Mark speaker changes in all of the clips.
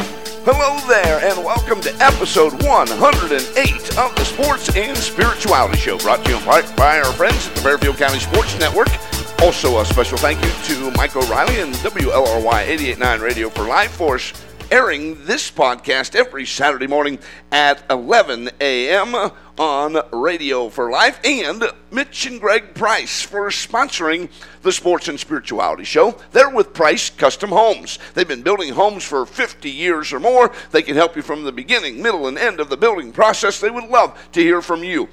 Speaker 1: Hello there, and welcome to episode 108 of the Sports and Spirituality Show, brought to you in part by our friends at the Fairfield County Sports Network. Also, a special thank you to Mike O'Reilly and WLRY 889 Radio for Life Force, airing this podcast every Saturday morning at 11 a.m. on Radio for Life, and Mitch and Greg Price for sponsoring the Sports and Spirituality Show. They're with Price Custom Homes. They've been building homes for 50 years or more. They can help you from the beginning, middle, and end of the building process. They would love to hear from you.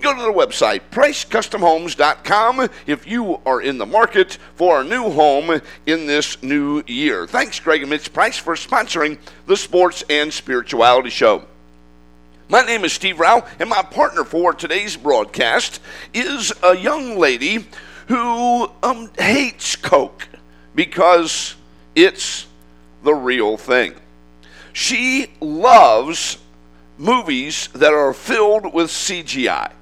Speaker 1: Go to their website, pricecustomhomes.com, if you are in the market for a new home in this new year. Thanks, Greg and Mitch Price, for sponsoring the Sports and Spirituality Show. My name is Steve Rao, and my partner for today's broadcast is a young lady who um, hates Coke because it's the real thing. She loves movies that are filled with CGI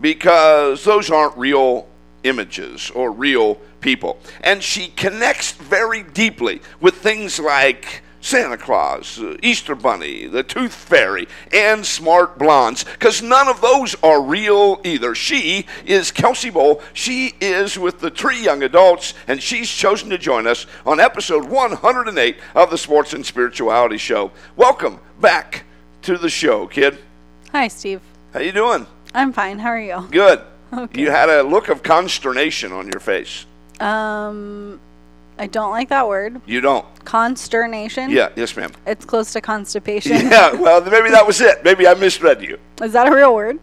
Speaker 1: because those aren't real images or real people. And she connects very deeply with things like Santa Claus, uh, Easter Bunny, the Tooth Fairy, and Smart Blondes, because none of those are real either. She is Kelsey Bowl. She is with the three young adults, and she's chosen to join us on episode 108 of the Sports and Spirituality Show. Welcome back to the show, kid.
Speaker 2: Hi, Steve.
Speaker 1: How you doing?
Speaker 2: I'm fine. How are you?
Speaker 1: Good.
Speaker 2: Okay.
Speaker 1: You had a look of consternation on your face.
Speaker 2: Um, I don't like that word.
Speaker 1: You don't?
Speaker 2: Consternation.
Speaker 1: Yeah. Yes, ma'am.
Speaker 2: It's close to constipation.
Speaker 1: Yeah. Well, maybe that was it. Maybe I misread you.
Speaker 2: Is that a real word?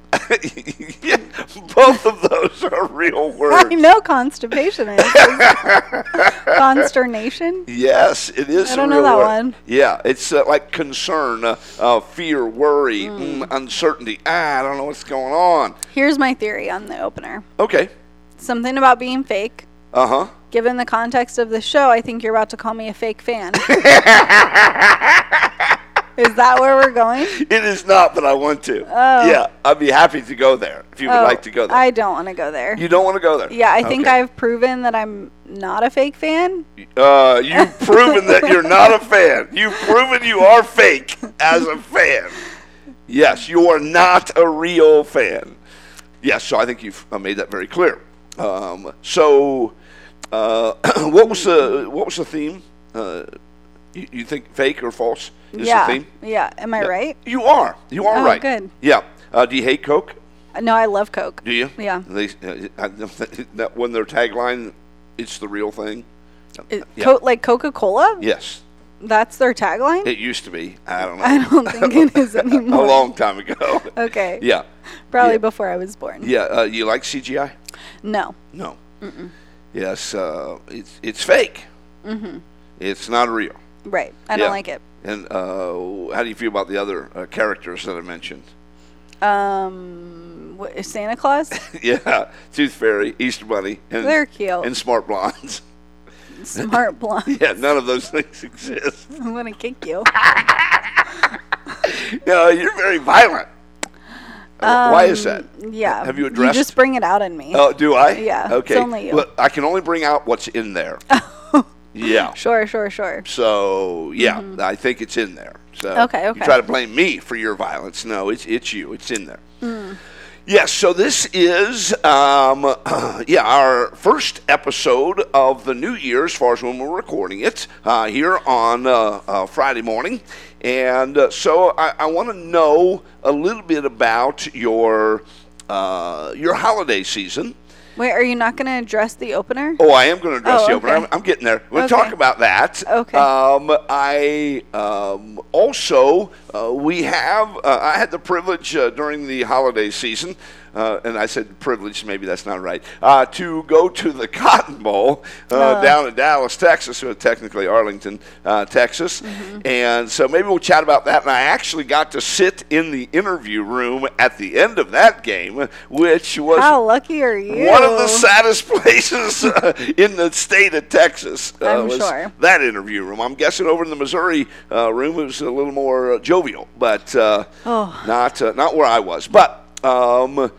Speaker 1: yeah, both of those are real words.
Speaker 2: I know constipation is. Consternation.
Speaker 1: Yes, it is.
Speaker 2: I
Speaker 1: a
Speaker 2: don't know
Speaker 1: real
Speaker 2: that
Speaker 1: word.
Speaker 2: one.
Speaker 1: Yeah, it's uh, like concern, uh, uh, fear, worry,
Speaker 2: Hmm.
Speaker 1: mm, uncertainty. Ah, I don't know what's going on.
Speaker 2: Here's my theory on the opener.
Speaker 1: Okay.
Speaker 2: Something about being fake.
Speaker 1: Uh huh.
Speaker 2: Given the context of the show, I think you're about to call me a fake fan. is that where we're going?
Speaker 1: It is not, but I want to.
Speaker 2: Oh.
Speaker 1: Yeah, I'd be happy to go there if you would
Speaker 2: Oh,
Speaker 1: like to go there.
Speaker 2: I don't want to go there.
Speaker 1: you don't want to go there.
Speaker 2: yeah, I think
Speaker 1: Okay.
Speaker 2: I've proven that I'm not a fake fan.
Speaker 1: Uh, you've proven that you're not a fan. You've proven you are fake as a fan. Yes, you are not a real fan. Yes, so I think you've uh, made that very clear. Um, so, uh, what was the what was the theme? Uh, you, you think fake or false is
Speaker 2: yeah.
Speaker 1: the theme?
Speaker 2: Yeah. Am I right?
Speaker 1: You are. You are
Speaker 2: Oh,
Speaker 1: right.
Speaker 2: good.
Speaker 1: Yeah. Uh, do you hate Coke?
Speaker 2: No, I love Coke.
Speaker 1: Do you?
Speaker 2: Yeah.
Speaker 1: They, uh, I, that when their tagline, it's the real thing.
Speaker 2: It-
Speaker 1: Yeah.
Speaker 2: Co- like Coca Cola?
Speaker 1: Yes.
Speaker 2: That's their tagline?
Speaker 1: It used to be. I don't know.
Speaker 2: I don't think it is
Speaker 1: a
Speaker 2: anymore.
Speaker 1: long time ago.
Speaker 2: Okay.
Speaker 1: Yeah,
Speaker 2: Probably
Speaker 1: yeah.
Speaker 2: before I was born.
Speaker 1: yeah. Uh, you like CGI?
Speaker 2: No.
Speaker 1: No. Yes, uh, it's it's fake. Mm-hmm. It's not real.
Speaker 2: Right. I
Speaker 1: Yeah.
Speaker 2: don't like it.
Speaker 1: And uh, how do you feel about the other uh, characters that I mentioned?
Speaker 2: Um, wh- Santa Claus?
Speaker 1: yeah, Tooth Fairy, Easter Bunny, and
Speaker 2: They're cute.
Speaker 1: and Smart Blondes.
Speaker 2: Smart blonde.
Speaker 1: yeah, none of those things exist.
Speaker 2: I'm going to kick you.
Speaker 1: No, you're very violent. Uh, Why is that?
Speaker 2: Um, Yeah.
Speaker 1: Have you addressed?
Speaker 2: just bring it out in me.
Speaker 1: Oh, do I?
Speaker 2: Yeah, it's
Speaker 1: Okay.
Speaker 2: only you. Oh.
Speaker 1: Look, I can only bring out what's in there. yeah.
Speaker 2: Sure, sure, sure.
Speaker 1: So yeah, I think it's in there. So
Speaker 2: Okay,
Speaker 1: You
Speaker 2: okay.
Speaker 1: try to blame me for your violence. No, it's it's you. It's in there. Yes. So this is um, yeah our first episode of the new year as far as when we're recording it uh, here on uh, uh, Friday morning, and uh, so I, I want to know a little bit about your uh, your holiday season.
Speaker 2: Wait, are you not going to address the opener?
Speaker 1: Oh, I am going to address
Speaker 2: Oh,
Speaker 1: you, but I'm,
Speaker 2: okay.
Speaker 1: I'm getting there. We'll
Speaker 2: Okay.
Speaker 1: talk about that.
Speaker 2: Okay.
Speaker 1: Um, I um, also uh, we have uh, I had the privilege uh, during the holiday season, uh, and I said privilege, maybe that's not right, uh, to go to the Cotton Bowl uh, down in Dallas, Texas, or technically Arlington, uh, Texas,
Speaker 2: Mm-hmm.
Speaker 1: and so maybe we'll chat about that. And I actually got to sit in the interview room at the end of that game, which was
Speaker 2: How lucky are you?
Speaker 1: one of the saddest places uh, in the state of Texas. Uh,
Speaker 2: I'm
Speaker 1: was
Speaker 2: sure.
Speaker 1: That interview room. I'm guessing over in the Missouri uh, room it was a little more uh, jovial, but uh,
Speaker 2: Oh.
Speaker 1: not uh, not where I was. But um,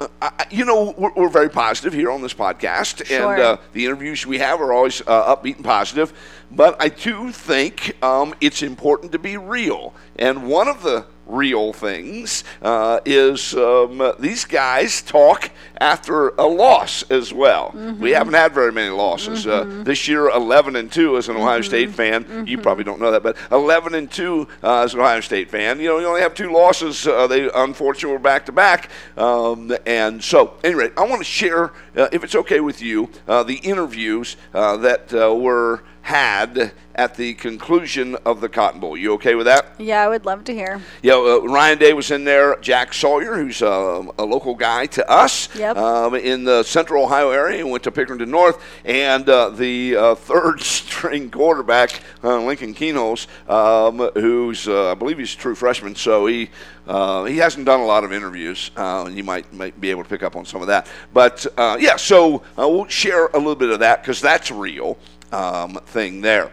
Speaker 1: Uh, I, you know, we're, we're very positive here on this podcast,
Speaker 2: Sure.
Speaker 1: and uh, the interviews we have are always uh, upbeat and positive. But I do think um, it's important to be real, and one of the real things uh, is um, uh, these guys talk after a loss as well. We haven't had very many losses uh, this year. Eleven and two as an Ohio State fan, you probably don't know that, but eleven and two uh, as an Ohio State fan. You know, you only have two losses. Uh, they unfortunately were back to back, Um, and so anyway, I want to share, uh, if it's okay with you, uh, the interviews uh, that uh, were had at the conclusion of the Cotton Bowl. You okay with that?
Speaker 2: Yeah, I would love to hear.
Speaker 1: Yeah, uh, Ryan Day was in there. Jack Sawyer, who's um, a local guy to us
Speaker 2: Yep.
Speaker 1: um, in the central Ohio area, and went to Pickerington North. And uh, the uh, third string quarterback, uh, Lincoln Keenholz, um, who's, uh, I believe he's a true freshman, so he. Uh, he hasn't done a lot of interviews, uh, and you might, might be able to pick up on some of that. But uh, yeah, so uh, we'll share a little bit of that because that's a real um, thing there.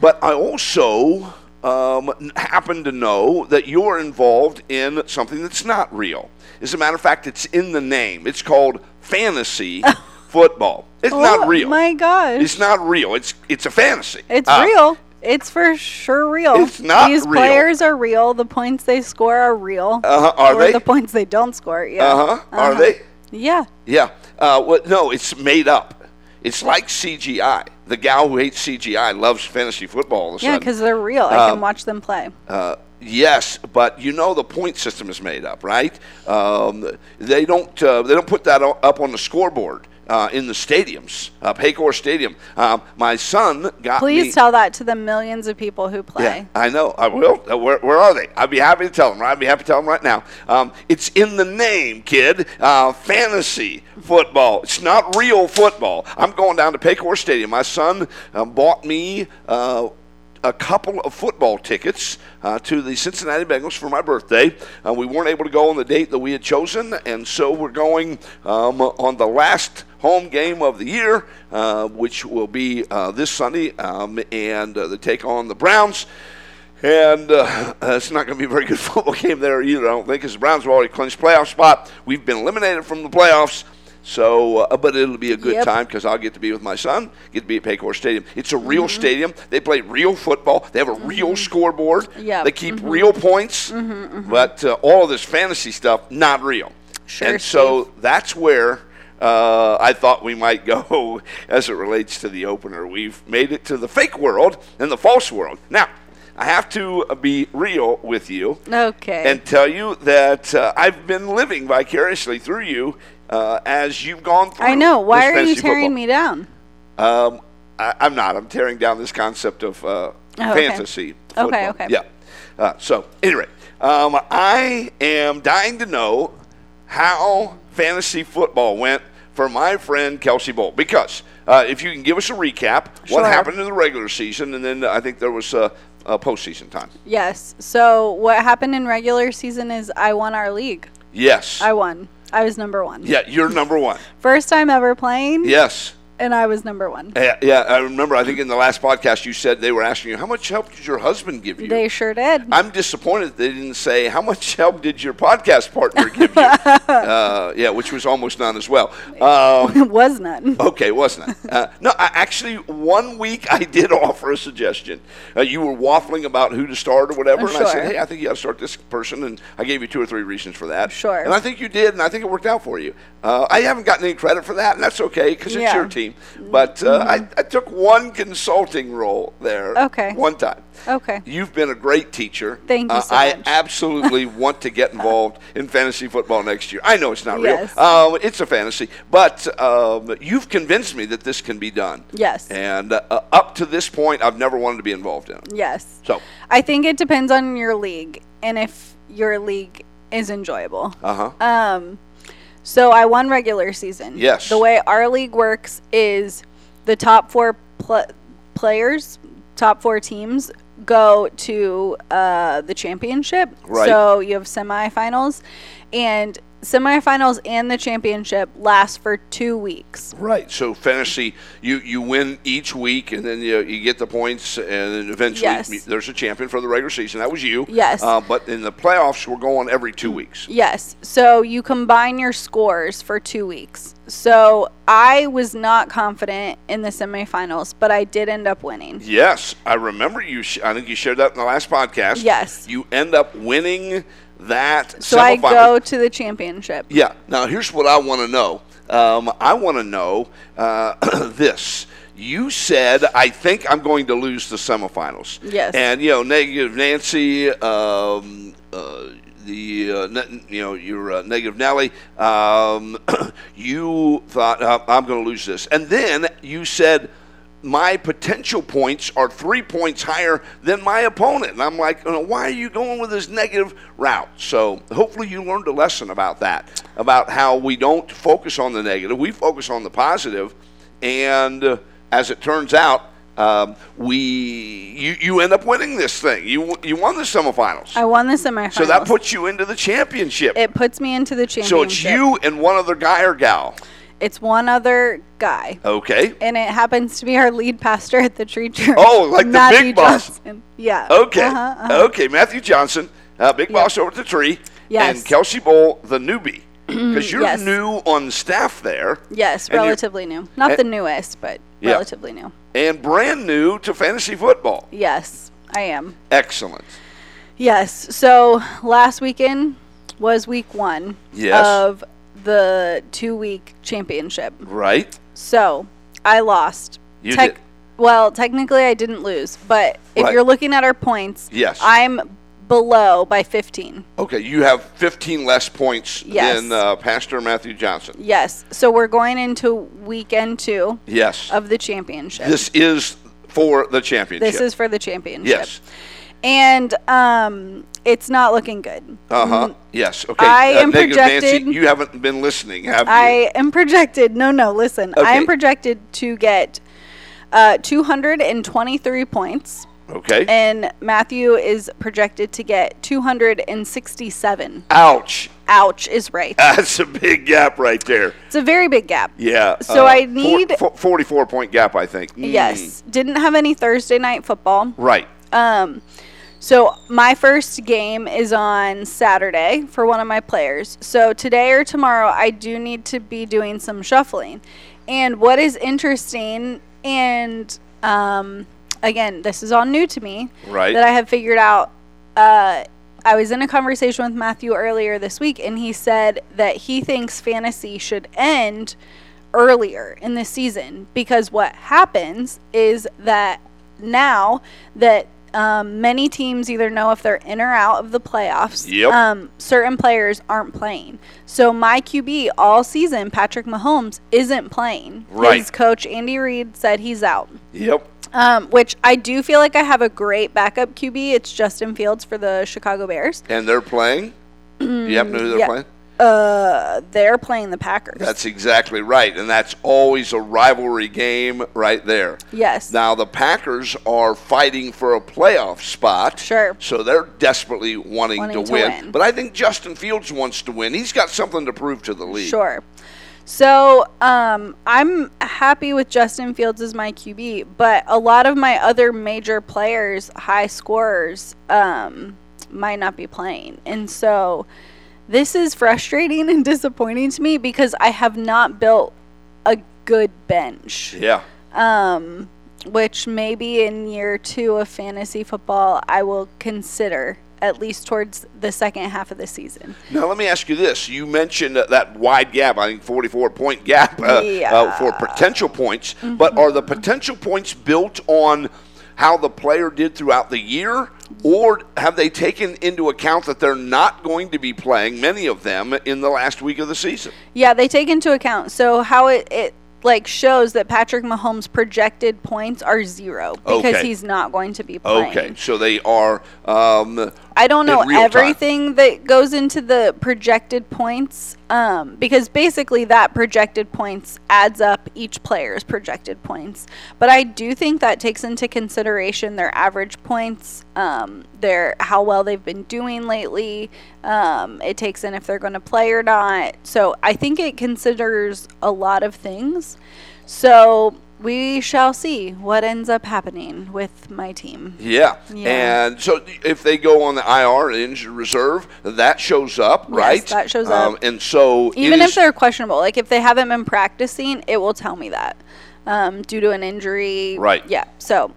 Speaker 1: But I also um, n- happen to know that you're involved in something that's not real. As a matter of fact, it's in the name. It's called fantasy football. It's
Speaker 2: Oh,
Speaker 1: not real.
Speaker 2: My gosh.
Speaker 1: It's not real. It's it's a fantasy.
Speaker 2: It's
Speaker 1: Uh,
Speaker 2: real. It's for sure real.
Speaker 1: It's not
Speaker 2: These
Speaker 1: real.
Speaker 2: players are real. The points they score are real.
Speaker 1: Uh-huh. Are
Speaker 2: or
Speaker 1: they?
Speaker 2: The points they don't score. Yeah.
Speaker 1: Uh-huh. Are they?
Speaker 2: Yeah.
Speaker 1: Yeah. Uh, what, no, it's made up. It's like CGI. The gal who hates CGI loves fantasy football. All of a
Speaker 2: Yeah,
Speaker 1: sudden.
Speaker 2: because they're real. I
Speaker 1: Um,
Speaker 2: can watch them play.
Speaker 1: Uh, yes, but you know the point system is made up, right? Um, they don't uh, they don't put that o- up on the scoreboard uh, in the stadiums, uh, Paycor Stadium. Um, my son got
Speaker 2: Please
Speaker 1: me-
Speaker 2: tell that to the millions of people who play.
Speaker 1: yeah, I know. I will. Uh, Where, where are they? I'd be happy to tell them. Right? I'd be happy to tell them right now. Um, it's in the name, kid. Uh, fantasy football. It's not real football. I'm going down to Paycor Stadium. My son uh, bought me. Uh, a couple of football tickets uh, to the Cincinnati Bengals for my birthday. Uh, we weren't able to go on the date that we had chosen, and so we're going um, on the last home game of the year, uh, which will be uh, this Sunday, um, and uh, they take on the Browns. And uh, it's not going to be a very good football game there either, I don't think, because the Browns have already clinched playoff spot. We've been eliminated from the playoffs. So, uh, but it'll be a good
Speaker 2: Yep.
Speaker 1: time because I'll get to be with my son, get to be at Paycor Stadium. It's a real
Speaker 2: Mm-hmm.
Speaker 1: stadium. They play real football. They have a real scoreboard.
Speaker 2: Yep. Mm-hmm.
Speaker 1: They keep real points. But uh, all this fantasy stuff, not real.
Speaker 2: Sure,
Speaker 1: And so that's where uh, I thought we might go as it relates to the opener. We've made it to the fake world and the false world. Now, I have to uh, be real with you
Speaker 2: Okay.
Speaker 1: and tell you that uh, I've been living vicariously through you uh, as you've gone through.
Speaker 2: I know. Why
Speaker 1: this
Speaker 2: are you
Speaker 1: fantasy
Speaker 2: tearing
Speaker 1: football.
Speaker 2: me down?
Speaker 1: Um, I, I'm not. I'm tearing down this concept of uh,
Speaker 2: Oh, okay.
Speaker 1: fantasy.
Speaker 2: Okay,
Speaker 1: Football.
Speaker 2: okay.
Speaker 1: Yeah. Uh, so, anyway, um, I am dying to know how fantasy football went for my friend Kelsey Bowl because uh, if you can give us a recap,
Speaker 2: Sure.
Speaker 1: what happened in the regular season, and then I think there was uh, uh, postseason time.
Speaker 2: Yes. So what happened in regular season is I won our league.
Speaker 1: Yes.
Speaker 2: I won. I was number one.
Speaker 1: yeah, you're number one.
Speaker 2: First time ever playing,
Speaker 1: Yes.
Speaker 2: and I was number one.
Speaker 1: Yeah, yeah, I remember. I think in the last podcast you said they were asking you how much help did your husband give you.
Speaker 2: They sure did.
Speaker 1: I'm disappointed they didn't say how much help did your podcast partner give you. uh, yeah, which was almost none as well. Um,
Speaker 2: It was none.
Speaker 1: okay, wasn't it? Uh, no, I, actually, one week I did offer a suggestion. Uh, you were waffling about who to start or whatever, and I
Speaker 2: Sure.
Speaker 1: said, "Hey, I think you got to start this person," and I gave you two or three reasons for that.
Speaker 2: Sure.
Speaker 1: And I think you did, and I think it worked out for you. Uh, I haven't gotten any credit for that, and that's okay because it's
Speaker 2: Yeah. Mm-hmm.
Speaker 1: your team. But uh, I, I took one consulting role there.
Speaker 2: Okay.
Speaker 1: One time.
Speaker 2: Okay.
Speaker 1: You've been a great teacher.
Speaker 2: Thank you
Speaker 1: Uh,
Speaker 2: so
Speaker 1: I
Speaker 2: much.
Speaker 1: absolutely want to get involved in fantasy football next year. I know it's not
Speaker 2: Yes.
Speaker 1: real. Um, it's a fantasy, but um, you've convinced me that this can be done.
Speaker 2: Yes.
Speaker 1: And uh, up to this point, I've never wanted to be involved in it.
Speaker 2: Yes.
Speaker 1: So,
Speaker 2: I think it depends on your league and if your league is enjoyable.
Speaker 1: uh huh.
Speaker 2: Um, so I won regular season.
Speaker 1: Yes.
Speaker 2: The way our league works is the top four pl- players, top four teams go to uh, the championship.
Speaker 1: Right.
Speaker 2: So you have semifinals, and semifinals and the championship last for two weeks.
Speaker 1: Right. So fantasy, you you win each week, and then you, you get the points, and then eventually
Speaker 2: Yes.
Speaker 1: m- there's a champion for the regular season. That was you.
Speaker 2: Yes.
Speaker 1: Uh, but in the playoffs, we're going every two weeks.
Speaker 2: Yes. So you combine your scores for two weeks. So I was not confident in the semifinals, but I did end up winning.
Speaker 1: Yes, I remember you. Sh- I think you shared that in the last podcast.
Speaker 2: Yes.
Speaker 1: You end up winning that.
Speaker 2: So I
Speaker 1: semifinal.
Speaker 2: go to the championship.
Speaker 1: Yeah. Now here's what I want to know. Um, I want to know uh, this. You said I think I'm going to lose the semifinals.
Speaker 2: Yes.
Speaker 1: And you know, negative Nancy, um, uh, the uh, ne- you know your uh, negative Nelly. Um, you thought uh, I'm going to lose this, and then you said. My potential points are three points higher than my opponent. And I'm like, you know, why are you going with this negative route? So hopefully you learned a lesson about that, about how we don't focus on the negative, we focus on the positive, and uh, as it turns out, um, we you, you end up winning this thing. You w- you won the semifinals,
Speaker 2: I won the semifinals.
Speaker 1: so that puts you into the championship.
Speaker 2: it puts me into the championship.
Speaker 1: so it's you and one other guy or gal.
Speaker 2: It's one other guy,
Speaker 1: Okay,
Speaker 2: and it happens to be our lead pastor at the Tree Church.
Speaker 1: Oh, like the
Speaker 2: Matthew
Speaker 1: big boss.
Speaker 2: Johnson. Yeah.
Speaker 1: okay,
Speaker 2: Uh-huh, uh-huh.
Speaker 1: okay. Matthew Johnson, uh, big boss over at the tree,
Speaker 2: Yes.
Speaker 1: and Kelsey Bowl, the newbie, because you're
Speaker 2: Yes.
Speaker 1: new on staff there
Speaker 2: Yes,
Speaker 1: And you-
Speaker 2: relatively new. Not
Speaker 1: and-
Speaker 2: the newest, but
Speaker 1: Yeah.
Speaker 2: relatively new.
Speaker 1: and brand new to fantasy football.
Speaker 2: Yes, I am.
Speaker 1: Excellent.
Speaker 2: Yes. So last weekend was week one
Speaker 1: Yes.
Speaker 2: of the two week championship.
Speaker 1: Right.
Speaker 2: So I lost.
Speaker 1: You did.
Speaker 2: Well, technically I didn't lose, but if
Speaker 1: Right.
Speaker 2: you're looking at our points,
Speaker 1: Yes.
Speaker 2: I'm below by 15.
Speaker 1: Okay, you have 15 less points
Speaker 2: Yes.
Speaker 1: than uh, Pastor Matthew Johnson.
Speaker 2: Yes. So we're going into weekend two
Speaker 1: Yes.
Speaker 2: of the championship.
Speaker 1: This is for the championship.
Speaker 2: Uh, This is for the championship.
Speaker 1: yes.
Speaker 2: And um, it's not looking good.
Speaker 1: Uh huh. Yes. Okay.
Speaker 2: Mm. I
Speaker 1: uh,
Speaker 2: am
Speaker 1: Negative
Speaker 2: projected-
Speaker 1: Nancy, you haven't been listening, have you?
Speaker 2: I am projected. No, no, listen. I
Speaker 1: Okay.
Speaker 2: am projected to get uh, 223 points,
Speaker 1: okay.
Speaker 2: and Matthew is projected to get 267.
Speaker 1: Ouch.
Speaker 2: Ouch is right.
Speaker 1: That's a big gap right there.
Speaker 2: It's a very big gap.
Speaker 1: Yeah. uh,
Speaker 2: So I
Speaker 1: four-
Speaker 2: need-
Speaker 1: fo- 44 point gap, I think. Mm,
Speaker 2: Yes. Didn't have any Thursday night football.
Speaker 1: Right.
Speaker 2: Um, so my first game is on Saturday for one of my players. So today or tomorrow, I do need to be doing some shuffling. And what is interesting, and um, again, this is all new to me,
Speaker 1: Right.
Speaker 2: That I have figured out. Uh, I was in a conversation with Matthew earlier this week, and he said that he thinks fantasy should end earlier in the season because what happens is that now that um, many teams either know if they're in or out of the playoffs,
Speaker 1: Yep.
Speaker 2: um, certain players aren't playing. So my QB all season, Patrick Mahomes, isn't playing.
Speaker 1: Right.
Speaker 2: His coach Andy Reid said he's out.
Speaker 1: Yep.
Speaker 2: Um, which I do feel like I have a great backup QB. It's Justin Fields for the Chicago Bears.
Speaker 1: And they're playing? you happen to know who they're
Speaker 2: Mm, yeah.
Speaker 1: playing?
Speaker 2: Uh, they're playing the Packers.
Speaker 1: That's exactly right. And that's always a rivalry game right there.
Speaker 2: yes.
Speaker 1: Now the Packers are fighting for a playoff spot.
Speaker 2: Sure.
Speaker 1: So they're desperately wanting,
Speaker 2: Wanting
Speaker 1: to
Speaker 2: to
Speaker 1: win.
Speaker 2: win.
Speaker 1: But I think Justin Fields wants to win. He's got something to prove to the league.
Speaker 2: Sure. So um, I'm happy with Justin Fields as my QB, but a lot of my other major players, high scorers, um, might not be playing. And so this is frustrating and disappointing to me because I have not built a good bench.
Speaker 1: Yeah.
Speaker 2: Um, which maybe in year two of fantasy football, I will consider at least towards the second half of the season.
Speaker 1: Now let me ask you this: You mentioned that, that wide gap, I think forty-four point gap uh, uh, for potential points.
Speaker 2: Mm-hmm.
Speaker 1: But are the potential points built on how the player did throughout the year, or have they taken into account that they're not going to be playing many of them in the last week of the season?
Speaker 2: Yeah, they take into account. So how it, it like shows that Patrick Mahomes' projected points are zero because
Speaker 1: Okay.
Speaker 2: he's not going to be playing.
Speaker 1: Okay, so they are um,
Speaker 2: I don't know
Speaker 1: In real time.
Speaker 2: everything that goes into the projected points um, because basically that projected points adds up each player's projected points. But I do think that takes into consideration their average points, um, their how well they've been doing lately. Um, it takes in if they're going to play or not. So I think it considers a lot of things. So we shall see what ends up happening with my team.
Speaker 1: Yeah.
Speaker 2: Yeah.
Speaker 1: And so if they go on the IR, the injured reserve, that shows up,
Speaker 2: Yes,
Speaker 1: right? Um,
Speaker 2: that shows up.
Speaker 1: And so it
Speaker 2: Even if
Speaker 1: is-
Speaker 2: they're questionable, like if they haven't been practicing, it will tell me that um, due to an injury.
Speaker 1: Right.
Speaker 2: Yeah. So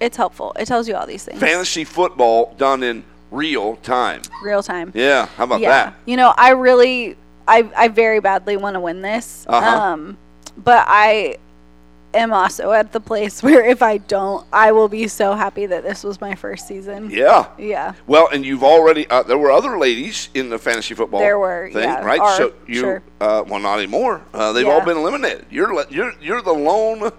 Speaker 2: it's helpful. It tells you all these things.
Speaker 1: fantasy football done in real time.
Speaker 2: Real time.
Speaker 1: Yeah. How about
Speaker 2: yeah.
Speaker 1: that?
Speaker 2: You know, I really, I, I very badly want to win this.
Speaker 1: Uh-huh.
Speaker 2: Um, but I am also at the place where if I don't, I will be so happy that this was my first season.
Speaker 1: Yeah.
Speaker 2: Yeah.
Speaker 1: Well, and you've already uh, there were other ladies in the fantasy football.
Speaker 2: There were,
Speaker 1: thing,
Speaker 2: yeah,
Speaker 1: right.
Speaker 2: are,
Speaker 1: so you
Speaker 2: sure.
Speaker 1: uh, well not anymore. Uh, they've all
Speaker 2: Yeah.
Speaker 1: been eliminated. You're le- you're you're the lone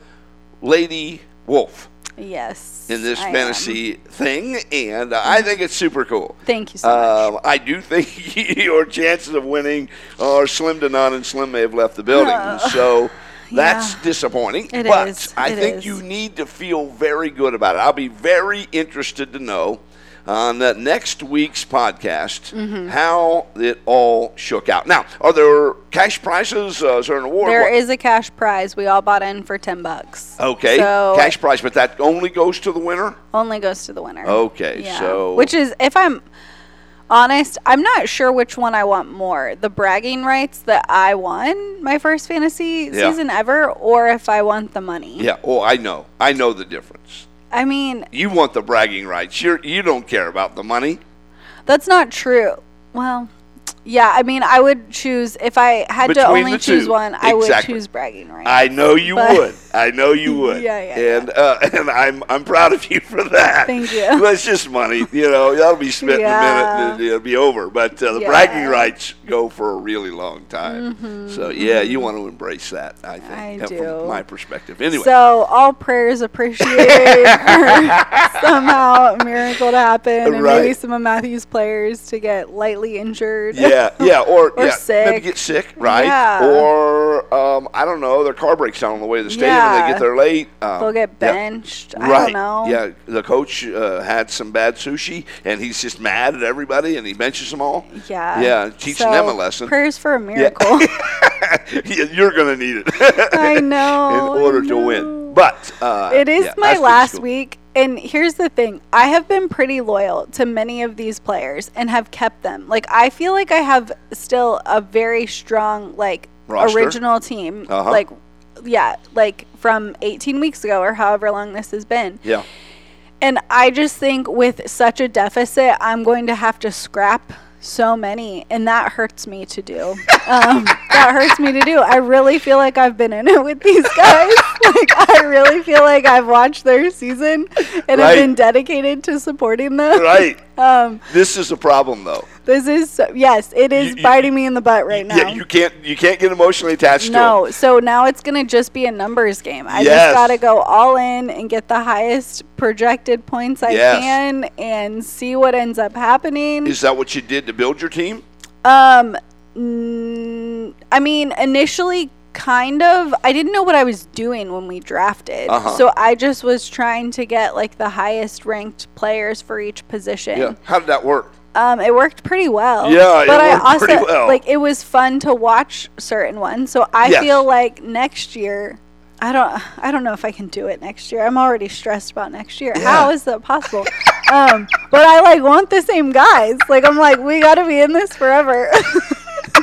Speaker 1: lady wolf
Speaker 2: Yes.
Speaker 1: in this
Speaker 2: I am. Mm-hmm.
Speaker 1: fantasy thing, and uh, I think it's super cool.
Speaker 2: Thank you so much.
Speaker 1: Um, I do think your chances of winning are slim to none, and Slim may have left the building.
Speaker 2: Oh.
Speaker 1: so that's
Speaker 2: Yeah.
Speaker 1: disappointing.
Speaker 2: It
Speaker 1: but
Speaker 2: is.
Speaker 1: I
Speaker 2: It
Speaker 1: think
Speaker 2: is.
Speaker 1: you need to feel very good about it. I'll be very interested to know on the next week's podcast
Speaker 2: Mm-hmm.
Speaker 1: how it all shook out. Now, are there cash prizes? Uh, is there an award?
Speaker 2: There
Speaker 1: What-
Speaker 2: is a cash prize. We all bought in for ten bucks.
Speaker 1: Okay,
Speaker 2: So
Speaker 1: cash prize, but that only goes to the winner.
Speaker 2: only goes to the winner.
Speaker 1: Okay, so
Speaker 2: which is if I'm honest, I'm not sure which one I want more: the bragging rights that I won my first fantasy
Speaker 1: Yeah.
Speaker 2: season ever, or if I want the money.
Speaker 1: yeah. Oh, I know, I know the difference.
Speaker 2: I mean,
Speaker 1: You want the bragging rights. You're you don't care about the money.
Speaker 2: that's not true. Well. Yeah, I mean, I would choose if I had to
Speaker 1: Between
Speaker 2: only
Speaker 1: the
Speaker 2: choose
Speaker 1: two.
Speaker 2: one. I would
Speaker 1: Exactly.
Speaker 2: choose bragging rights.
Speaker 1: I know you
Speaker 2: But-
Speaker 1: would. I know you would.
Speaker 2: Yeah, yeah,
Speaker 1: And uh, and I'm I'm proud of you for that.
Speaker 2: Thank you.
Speaker 1: Well, it's just money. You know, that'll be spent in a minute.
Speaker 2: Yeah.
Speaker 1: And it'll be over. But uh, the
Speaker 2: Yeah.
Speaker 1: bragging rights go for a really long time.
Speaker 2: Mm-hmm.
Speaker 1: So yeah, you want to embrace that. I think
Speaker 2: I
Speaker 1: uh, from
Speaker 2: do.
Speaker 1: my perspective. Anyway.
Speaker 2: So all prayers appreciated for somehow a miracle to happen, and maybe
Speaker 1: Right.
Speaker 2: some of Matthew's players to get lightly injured.
Speaker 1: yeah, yeah, or,
Speaker 2: Or
Speaker 1: yeah, maybe
Speaker 2: sick.
Speaker 1: get sick, right?
Speaker 2: Yeah.
Speaker 1: Or um, I don't know, their car breaks down on the way to the stadium, and
Speaker 2: Yeah.
Speaker 1: they get there late. Um,
Speaker 2: They'll get
Speaker 1: yeah.
Speaker 2: benched. I don't
Speaker 1: Right.
Speaker 2: know.
Speaker 1: Yeah, the coach uh, had some bad sushi, and he's just mad at everybody, and he benches them all.
Speaker 2: Yeah.
Speaker 1: Yeah, teaching
Speaker 2: So,
Speaker 1: them a lesson.
Speaker 2: Prayers for a miracle.
Speaker 1: Yeah, You're gonna need it
Speaker 2: I
Speaker 1: in
Speaker 2: know. I
Speaker 1: order to
Speaker 2: know.
Speaker 1: win. But uh,
Speaker 2: It is
Speaker 1: yeah, that's
Speaker 2: my
Speaker 1: pretty
Speaker 2: last
Speaker 1: cool.
Speaker 2: week. And here's the thing I have been pretty loyal to many of these players and have kept them. Like, I feel like I have still a very strong, like,
Speaker 1: Roster?
Speaker 2: original team.
Speaker 1: Uh-huh.
Speaker 2: Like, yeah, like from 18 weeks ago or however long this has been.
Speaker 1: Yeah,
Speaker 2: And I just think with such a deficit, I'm going to have to scrap so many, and that hurts me to do. Um, that hurts me to do. I really feel like I've been in it with these guys. like I really feel like I've watched their season and
Speaker 1: Right.
Speaker 2: I've been dedicated to supporting them.
Speaker 1: right.
Speaker 2: Um,
Speaker 1: This is a problem, though.
Speaker 2: this is so, yes, it is
Speaker 1: You- you-
Speaker 2: biting me in the butt right now.
Speaker 1: Yeah, you can't you can't get emotionally attached to
Speaker 2: No, so now it's gonna just be a numbers game. I
Speaker 1: Yes.
Speaker 2: just gotta go all in and get the highest projected points I
Speaker 1: Yes.
Speaker 2: can and see what ends up happening.
Speaker 1: them. Is that what you did to build your team?
Speaker 2: um, mm, I mean, initially, kind of, I didn't know what I was doing when we drafted,
Speaker 1: Uh-huh.
Speaker 2: so I just was trying to get like the highest ranked players for each position.
Speaker 1: Yeah. How did that work?
Speaker 2: Um, it worked pretty well.
Speaker 1: Yeah, it
Speaker 2: but I
Speaker 1: worked
Speaker 2: also
Speaker 1: pretty well.
Speaker 2: like it was fun to watch certain ones. So I
Speaker 1: Yes.
Speaker 2: feel like next year, I don't, I don't know if I can do it next year. I'm already stressed about next year. How
Speaker 1: Yeah.
Speaker 2: is that possible? um, but I like want the same guys. Like I'm like we got to be in this forever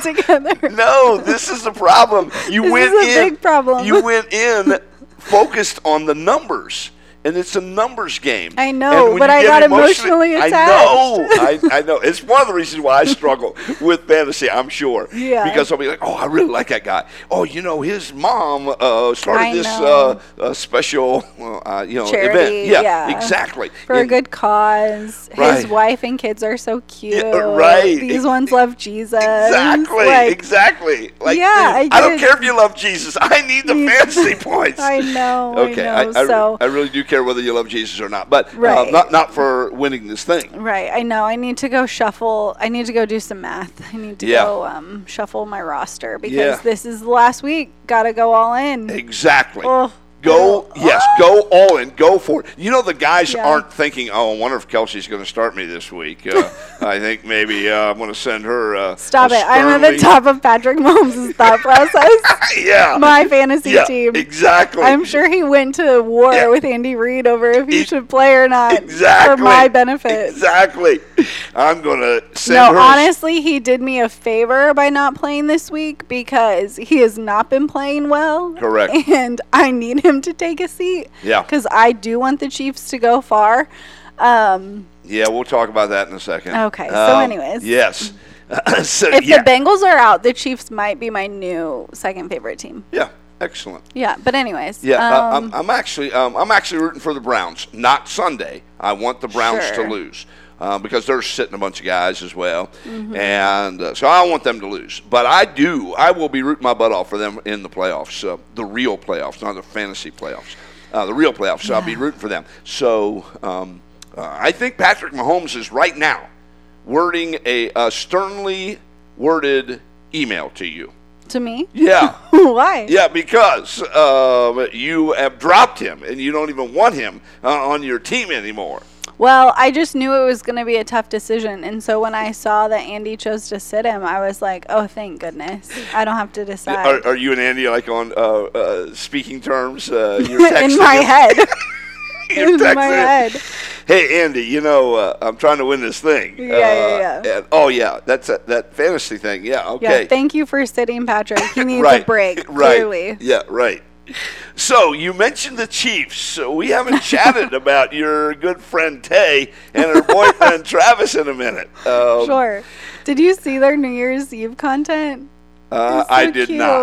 Speaker 2: together.
Speaker 1: No, this is the problem. You
Speaker 2: This
Speaker 1: went
Speaker 2: is a
Speaker 1: in.
Speaker 2: big problem.
Speaker 1: You went in focused on the numbers, and it's a numbers game.
Speaker 2: I know,
Speaker 1: And when
Speaker 2: but
Speaker 1: you
Speaker 2: I
Speaker 1: get
Speaker 2: got emotionally
Speaker 1: I know. I, I know. It's one of the reasons why I struggle with fantasy. I'm sure.
Speaker 2: Yeah.
Speaker 1: Because I'll be like, oh, I really like that guy. Oh, you know, his mom uh, started
Speaker 2: I
Speaker 1: this uh,
Speaker 2: know.
Speaker 1: uh, special, uh, you know,
Speaker 2: Charity,
Speaker 1: event. Yeah,
Speaker 2: yeah.
Speaker 1: exactly.
Speaker 2: For a
Speaker 1: And-
Speaker 2: good cause.
Speaker 1: Right.
Speaker 2: His wife and kids are so cute.
Speaker 1: right.
Speaker 2: These
Speaker 1: E-
Speaker 2: ones love Jesus.
Speaker 1: Exactly.
Speaker 2: Like,
Speaker 1: exactly. Like,
Speaker 2: Yeah,
Speaker 1: dude,
Speaker 2: I
Speaker 1: don't
Speaker 2: did.
Speaker 1: care if you love Jesus. I need the
Speaker 2: Need-
Speaker 1: fantasy points.
Speaker 2: I know.
Speaker 1: Okay,
Speaker 2: I know.
Speaker 1: I, I,
Speaker 2: so
Speaker 1: I really do care whether you love Jesus or not, but uh,
Speaker 2: Right.
Speaker 1: not not for winning this thing.
Speaker 2: Right, I know. I need to go shuffle. I need to go do some math. I need to
Speaker 1: Yeah.
Speaker 2: go um, shuffle my roster because
Speaker 1: Yeah.
Speaker 2: this is the last week. Got to go all in.
Speaker 1: Exactly.
Speaker 2: Oh,
Speaker 1: Go,
Speaker 2: no.
Speaker 1: yes, go all in. Go for it. You know, the guys
Speaker 2: Yeah.
Speaker 1: aren't thinking, oh, I wonder if Kelsey's going to start me this week. Uh, I think maybe uh, I'm going to send her. Uh,
Speaker 2: Stop
Speaker 1: a
Speaker 2: it. I'm at the
Speaker 1: sternly-
Speaker 2: top of Patrick Mahomes' thought process.
Speaker 1: Yeah.
Speaker 2: My fantasy
Speaker 1: yeah,
Speaker 2: team.
Speaker 1: Exactly.
Speaker 2: I'm sure he went to war
Speaker 1: Yeah.
Speaker 2: with Andy Reid over if he
Speaker 1: Ex-
Speaker 2: should play or not
Speaker 1: Exactly.
Speaker 2: for my benefit.
Speaker 1: Exactly. I'm going to send
Speaker 2: No,
Speaker 1: her.
Speaker 2: honestly, he did me a favor by not playing this week because he has not been playing well.
Speaker 1: Correct.
Speaker 2: And I need him to take a seat.
Speaker 1: Yeah.
Speaker 2: Because I do want the Chiefs to go far. Um,
Speaker 1: yeah, we'll talk about that in a second. Um,
Speaker 2: Okay, so anyways.
Speaker 1: Yes. so,
Speaker 2: if
Speaker 1: Uh, yeah.
Speaker 2: the Bengals are out, the Chiefs might be my new second favorite team.
Speaker 1: yeah. Excellent.
Speaker 2: Yeah. But anyways.
Speaker 1: Yeah, I-
Speaker 2: um,
Speaker 1: I'm, I'm actually um, I'm actually rooting for the Browns. Not Sunday. I want the Browns
Speaker 2: Sure.
Speaker 1: to lose um, because they're sitting a bunch of guys as well,
Speaker 2: Mm-hmm.
Speaker 1: and uh, so I want them to lose. But I do. I will be rooting my butt off for them in the playoffs, uh, the real playoffs, not the fantasy playoffs, uh, the real playoffs. So I'll be rooting for them. So um, uh, I think Patrick Mahomes is right now wording a, a sternly worded email to you.
Speaker 2: to me.
Speaker 1: Yeah.
Speaker 2: Why?
Speaker 1: Yeah, because um, you have dropped him and you don't even want him uh, on your team anymore.
Speaker 2: Well, I just knew it was going to be a tough decision. And so when I saw that Andy chose to sit him, I was like, oh, thank goodness. I don't have to decide.
Speaker 1: Are, are you and Andy like on uh, uh, speaking terms? Uh, you're texting
Speaker 2: in my
Speaker 1: him-
Speaker 2: head.
Speaker 1: you're
Speaker 2: in my
Speaker 1: texting him,
Speaker 2: head.
Speaker 1: Hey Andy, you know uh, I'm trying to win this thing.
Speaker 2: Yeah, yeah,
Speaker 1: Uh,
Speaker 2: yeah.
Speaker 1: and- oh yeah, that's a, that fantasy thing. Yeah,
Speaker 2: Yeah,
Speaker 1: okay.
Speaker 2: thank you for sitting, Patrick. He needs
Speaker 1: right.
Speaker 2: a break,
Speaker 1: Right.
Speaker 2: clearly.
Speaker 1: Yeah, right. So you mentioned the Chiefs. So we haven't chatted about your good friend Tay and her boyfriend Travis in a minute. Um,
Speaker 2: Sure. Did you see their New Year's Eve content? It
Speaker 1: Uh,
Speaker 2: was
Speaker 1: I
Speaker 2: so
Speaker 1: did
Speaker 2: cute.
Speaker 1: not.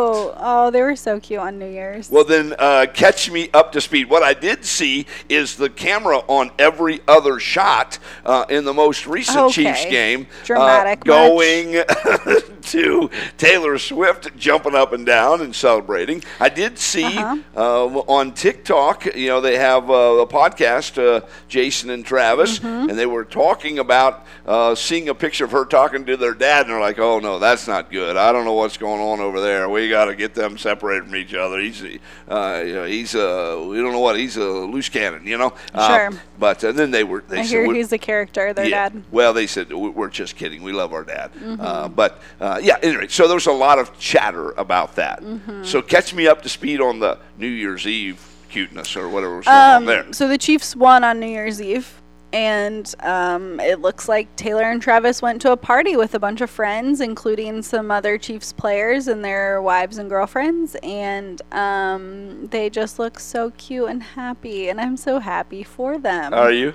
Speaker 2: Oh, they were so cute on New Year's.
Speaker 1: Well, then uh, catch me up to speed. What I did see is the camera on every other shot uh, in the most recent Chiefs
Speaker 2: Okay.
Speaker 1: game. uh,
Speaker 2: Dramatic much?
Speaker 1: going to Taylor Swift jumping up and down and celebrating. I did see
Speaker 2: Uh-huh.
Speaker 1: um, on TikTok, you know, they have uh, a podcast, uh, Jason and Travis,
Speaker 2: Mm-hmm.
Speaker 1: and they were talking about uh, seeing a picture of her talking to their dad, and they're like, "Oh no, that's not good. I don't know what's going on over there. We got to get them separated from each other. He's, uh, you know, he's uh, we don't know what he's a loose cannon, you know." Uh,
Speaker 2: Sure.
Speaker 1: but uh, then they were they
Speaker 2: I
Speaker 1: said,
Speaker 2: hear
Speaker 1: "We're-
Speaker 2: he's a character, their
Speaker 1: yeah.
Speaker 2: dad. Mm-hmm.
Speaker 1: Well, they said "We- we're just kidding. We love our dad. Uh, but uh, yeah, anyway, so there was a lot of chatter about that.
Speaker 2: Mm-hmm.
Speaker 1: So catch me up to speed on the New Year's Eve cuteness or whatever was going on there.
Speaker 2: Um, So the Chiefs won on New Year's Eve, and um, it looks like Taylor and Travis went to a party with a bunch of friends, including some other Chiefs players and their wives and girlfriends, and um, they just look so cute and happy, and I'm so happy for them.
Speaker 1: Are you?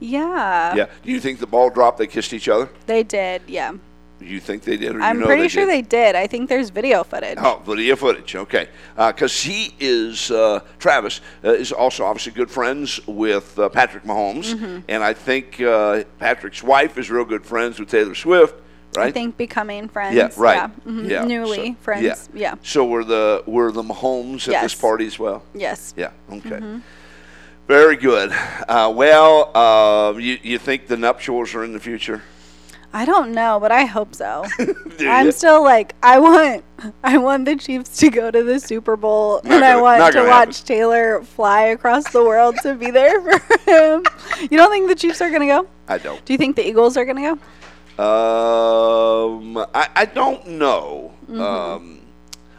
Speaker 2: yeah,
Speaker 1: Yeah. Do you think the ball dropped? They kissed each other.
Speaker 2: they did. Yeah,
Speaker 1: Do you think they did? Or
Speaker 2: I'm
Speaker 1: you know
Speaker 2: pretty
Speaker 1: they
Speaker 2: sure
Speaker 1: did?
Speaker 2: they did. I think there's video footage.
Speaker 1: Oh, video footage. Okay, because he is uh, Travis uh, is also obviously good friends with uh, Patrick Mahomes,
Speaker 2: Mm-hmm.
Speaker 1: and I think uh, Patrick's wife is real good friends with Taylor Swift, right?
Speaker 2: I think becoming friends.
Speaker 1: Yeah, right.
Speaker 2: Yeah, mhm,
Speaker 1: Yeah,
Speaker 2: newly
Speaker 1: so-
Speaker 2: friends.
Speaker 1: yeah.
Speaker 2: yeah.
Speaker 1: So were the were the Mahomes at this
Speaker 2: Yes.
Speaker 1: party as well?
Speaker 2: Yes.
Speaker 1: Yeah. Okay.
Speaker 2: Mm-hmm.
Speaker 1: Very good. Uh, well, uh, you you think the nuptials are in the future?
Speaker 2: I don't know, but I hope so.
Speaker 1: Do
Speaker 2: I'm
Speaker 1: ya?
Speaker 2: still like I want I want the Chiefs to go to the Super Bowl and I
Speaker 1: gonna- not
Speaker 2: want to
Speaker 1: gonna
Speaker 2: watch
Speaker 1: happen.
Speaker 2: Taylor fly across the world to be there for him. You don't think the Chiefs are going to go?
Speaker 1: I don't.
Speaker 2: Do you think the Eagles are going to go?
Speaker 1: Um, I, I don't know.
Speaker 2: Mm-hmm.
Speaker 1: Um,